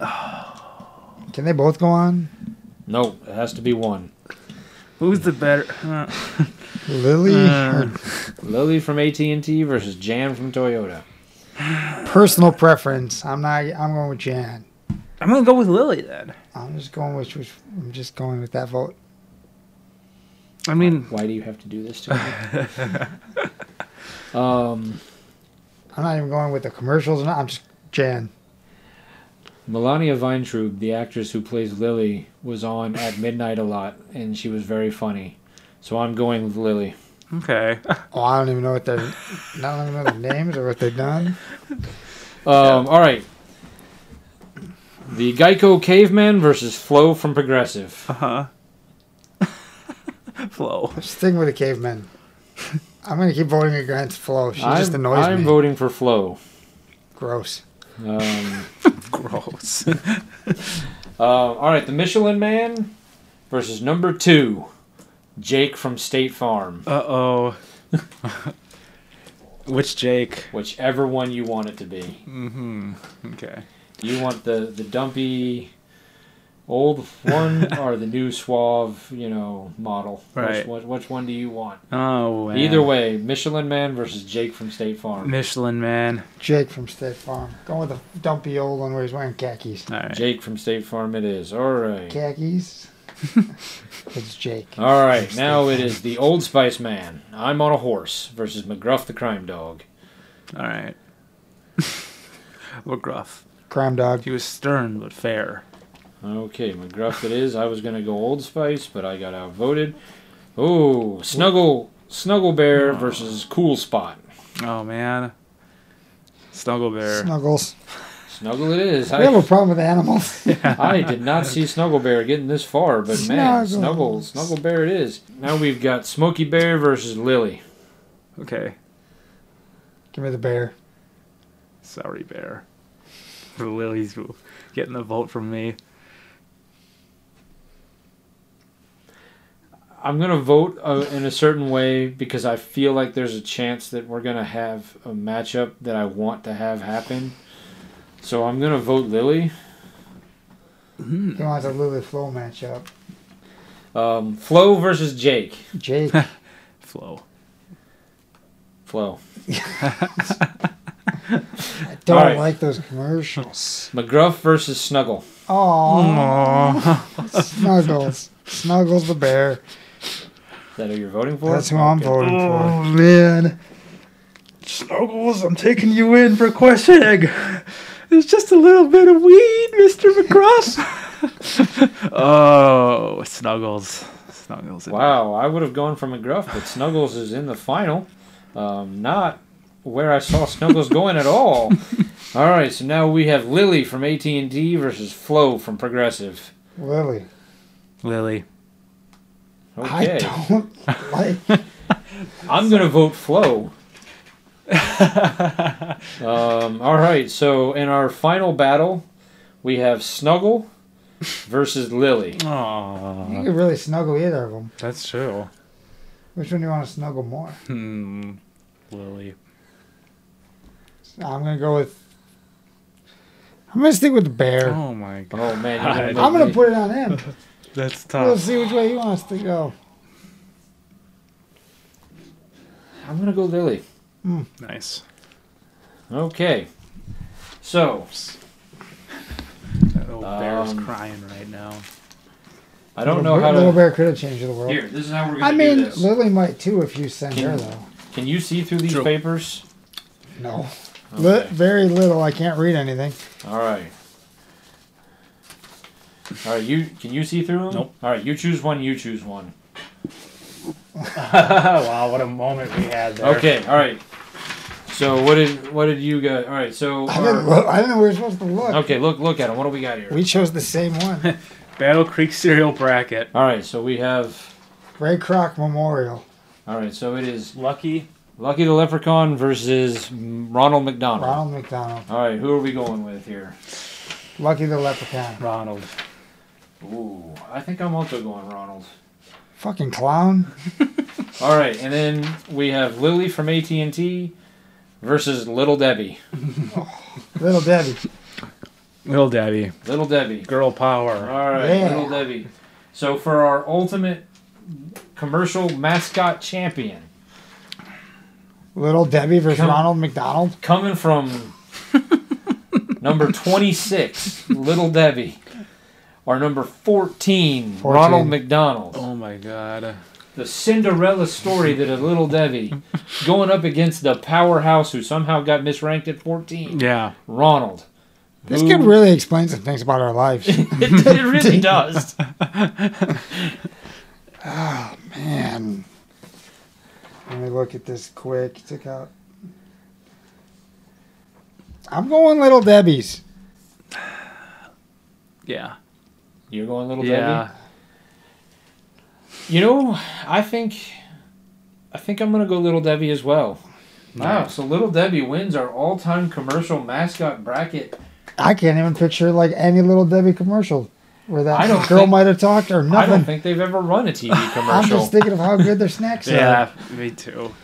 Mm. Can they both go on? No, it has to be one. Who's the better? Uh, Lily Uh. Mm. Lily from AT and T versus Jan from Toyota. or personal preference. I'm not I'm going with Jan. I'm gonna go with Lily then. I'm just going with which I'm just going with that vote. I mean, Why do you have to do this to me? um, I'm not even going with the commercials and I'm just Jan. Melania Weintraub, the actress who plays Lily, was on at midnight a lot, and she was very funny. So I'm going with Lily. okay. Oh, I don't even know what they're I don't even know their names or what they've done. Um, All right. The Geico Caveman versus Flo from Progressive. Uh huh. Flow. I'm sticking with the cavemen. I'm gonna keep voting against Flo. She just I'm- annoys I'm me. voting for Flo. Gross. Um, Gross. uh, all right, the Michelin Man versus number two, Jake from State Farm. Uh oh. Which Jake? Whichever one you want it to be. Mm-hmm. Okay. You want the the dumpy old one or the new suave, you know, model? Right. Which, which, which one do you want? Oh. Man. Either way, Michelin Man versus Jake from State Farm. Michelin man. Jake from State Farm. Going with the dumpy old one where he's wearing khakis. All right. Jake from State Farm, it is. All right. Khakis. it's Jake. All right. Now it is the Old Spice Man. I'm on a horse versus McGruff the Crime Dog. All right. Look rough. Crime dog. He was stern but fair. Okay, McGruff it is. I was gonna go Old Spice, but I got outvoted. Oh, Snuggle Snuggle Bear versus Cool Spot. Oh man. Snuggle bear. Snuggles. Snuggle it is. We have a I, problem with animals. I did not see Snuggle Bear getting this far, but man, Snuggle Snuggle. Snuggle Bear it is. Now we've got Smokey Bear versus Lily. okay. Give me the bear. Sorry bear. Lily's getting the vote from me. I'm gonna vote uh, in a certain way because I feel like there's a chance that we're gonna have a matchup that I want to have happen. So I'm gonna vote Lily. He Mm. wants a Lily Flow matchup. Um, Flo versus Jake. Jake. Flow. Flo. I don't Alright. like those commercials. McGruff versus Snuggle. Oh, Oh. Snuggles. Snuggles the bear. Is that who you're voting for? That's who I'm Okay. voting for. Oh man. Snuggles, I'm taking you in for questioning. There's just a little bit of weed, Mr. McGruff. oh, Snuggles. Snuggles. Wow, I would have gone for McGruff, but Snuggles is in the final. Um, not where I saw Snuggles going at all. All right, so now we have Lily from AT&T versus Flo from Progressive. Lily. Lily. Okay, I don't like. I'm gonna vote Flo. um, all right, so in our final battle, we have Snuggle versus Lily. You Oh, could really snuggle either of them. that's true. Which one do you want to snuggle more? Hmm. Lily. I'm gonna go with. I'm gonna stick with the bear. Oh my god. Oh man, you're gonna make I'm gonna me- put it on him. That's We'll tough. see which way he wants to go. I'm gonna go Lily. Nice. Okay, so Oh, bear's Um, crying right now. I don't know how Little Bear- Little to. Bear could have changed the world. Here, this is how we're gonna I do mean, this. Lily might too if you send Can- her though. Can you see through these True. papers? No, Okay. Li- very little. I can't read anything. All right. All right, you can you see through them? Nope. All right, you choose one. You choose one. wow, what a moment we had there. Okay, all right. So what did what did you guys? All right, so I our- didn't, look, I didn't know we were supposed to look. okay, look look at them. What do we got here? We chose the same one. Battle Creek cereal bracket. all right, so we have. Ray Kroc Memorial. All right, so it is Lucky. Lucky the Leprechaun versus Ronald McDonald. Ronald McDonald. All right, who are we going with here? Lucky the Leprechaun. Ronald. Ooh, I think I'm also going Ronald. Fucking clown. All right, and then we have Lily from AT and T versus Little Debbie. Little Debbie. Little Debbie, Little Debbie. girl power. All right, Yeah. Little Debbie. So for our ultimate commercial mascot champion, Little Debbie versus Come- Ronald McDonald. coming from number 26, Little Debbie, or number 14, 14. Ronald McDonald. Oh my God. The Cinderella story that is Little Debbie going up against the powerhouse who somehow got misranked at 14, Yeah. Ronald. This Who- could really explain some things about our lives. it, it really does. Man. Let me look at this quick. Took out. I'm going Little Debbie's. Yeah. You're going Little Debbie? Yeah. You know, I think I think I'm gonna go Little Debbie as well. Wow, Nice. so Little Debbie wins our all time commercial mascot bracket. I can't even picture like any Little Debbie commercial where that I don't girl think- might have talked or I don't nothing. think they've ever run a TV I'm commercial. just thinking of how good their snacks are. Yeah. Me too.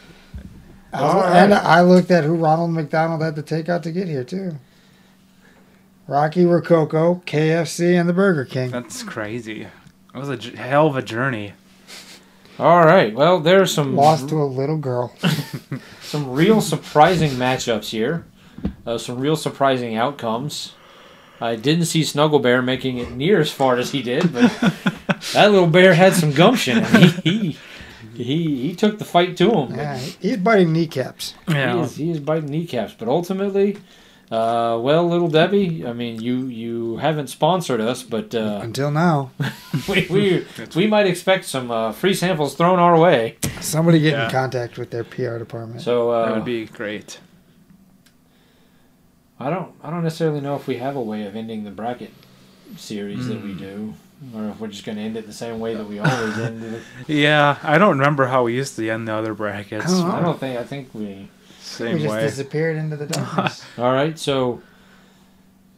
I was- All right. And I looked at who Ronald McDonald had to take out to get here too. Rocky Rococo, KFC, and the Burger King. That's crazy. That was a j- hell of a journey. all right, well there are some Lost to a little girl. some real surprising matchups here. Uh, some real surprising outcomes. I didn't see Snuggle Bear making it near as far as he did, but that little bear had some gumption. He he, he, he took the fight to him. Yeah, he's biting kneecaps. He, is, he is biting kneecaps, but ultimately, uh, well, little Debbie, I mean, you you haven't sponsored us, but uh, Until now, we we, we might expect some uh, free samples thrown our way. somebody get in Yeah. contact with their PR department. So That uh, would be great. I don't I don't necessarily know if we have a way of ending the bracket series that Hmm. we do, or if we're just going to end it the same way that we always end it. Yeah, I don't remember how we used to end the other I brackets. don't know. I don't think I think we. Same we just way. disappeared into the darkness. All right, so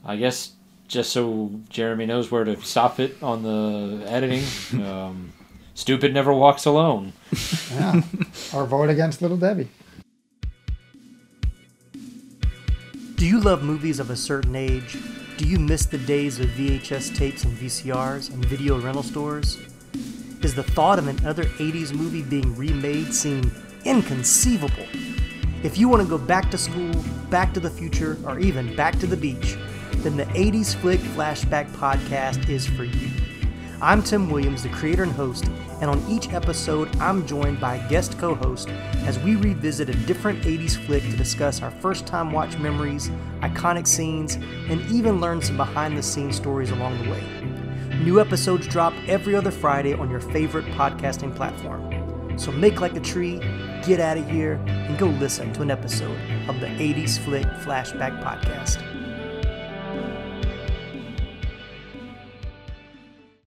I guess just so Jeremy knows where to stop it on the editing. Um, Stupid never walks alone. yeah. Or vote against Little Debbie. Do you love movies of a certain age? Do you miss the days of VHS tapes and VCRs and video rental stores? Is the thought of another 80s movie being remade seem inconceivable? If you want to go back to school, back to the future, or even back to the beach, then the 80s Flick Flashback Podcast is for you. I'm Tim Williams, the creator and host, and on each episode, I'm joined by a guest co host as we revisit a different 80s flick to discuss our first time watch memories, iconic scenes, and even learn some behind the scenes stories along the way. New episodes drop every other Friday on your favorite podcasting platform. So make like a tree, get out of here, and go listen to an episode of the 80s Flick Flashback Podcast.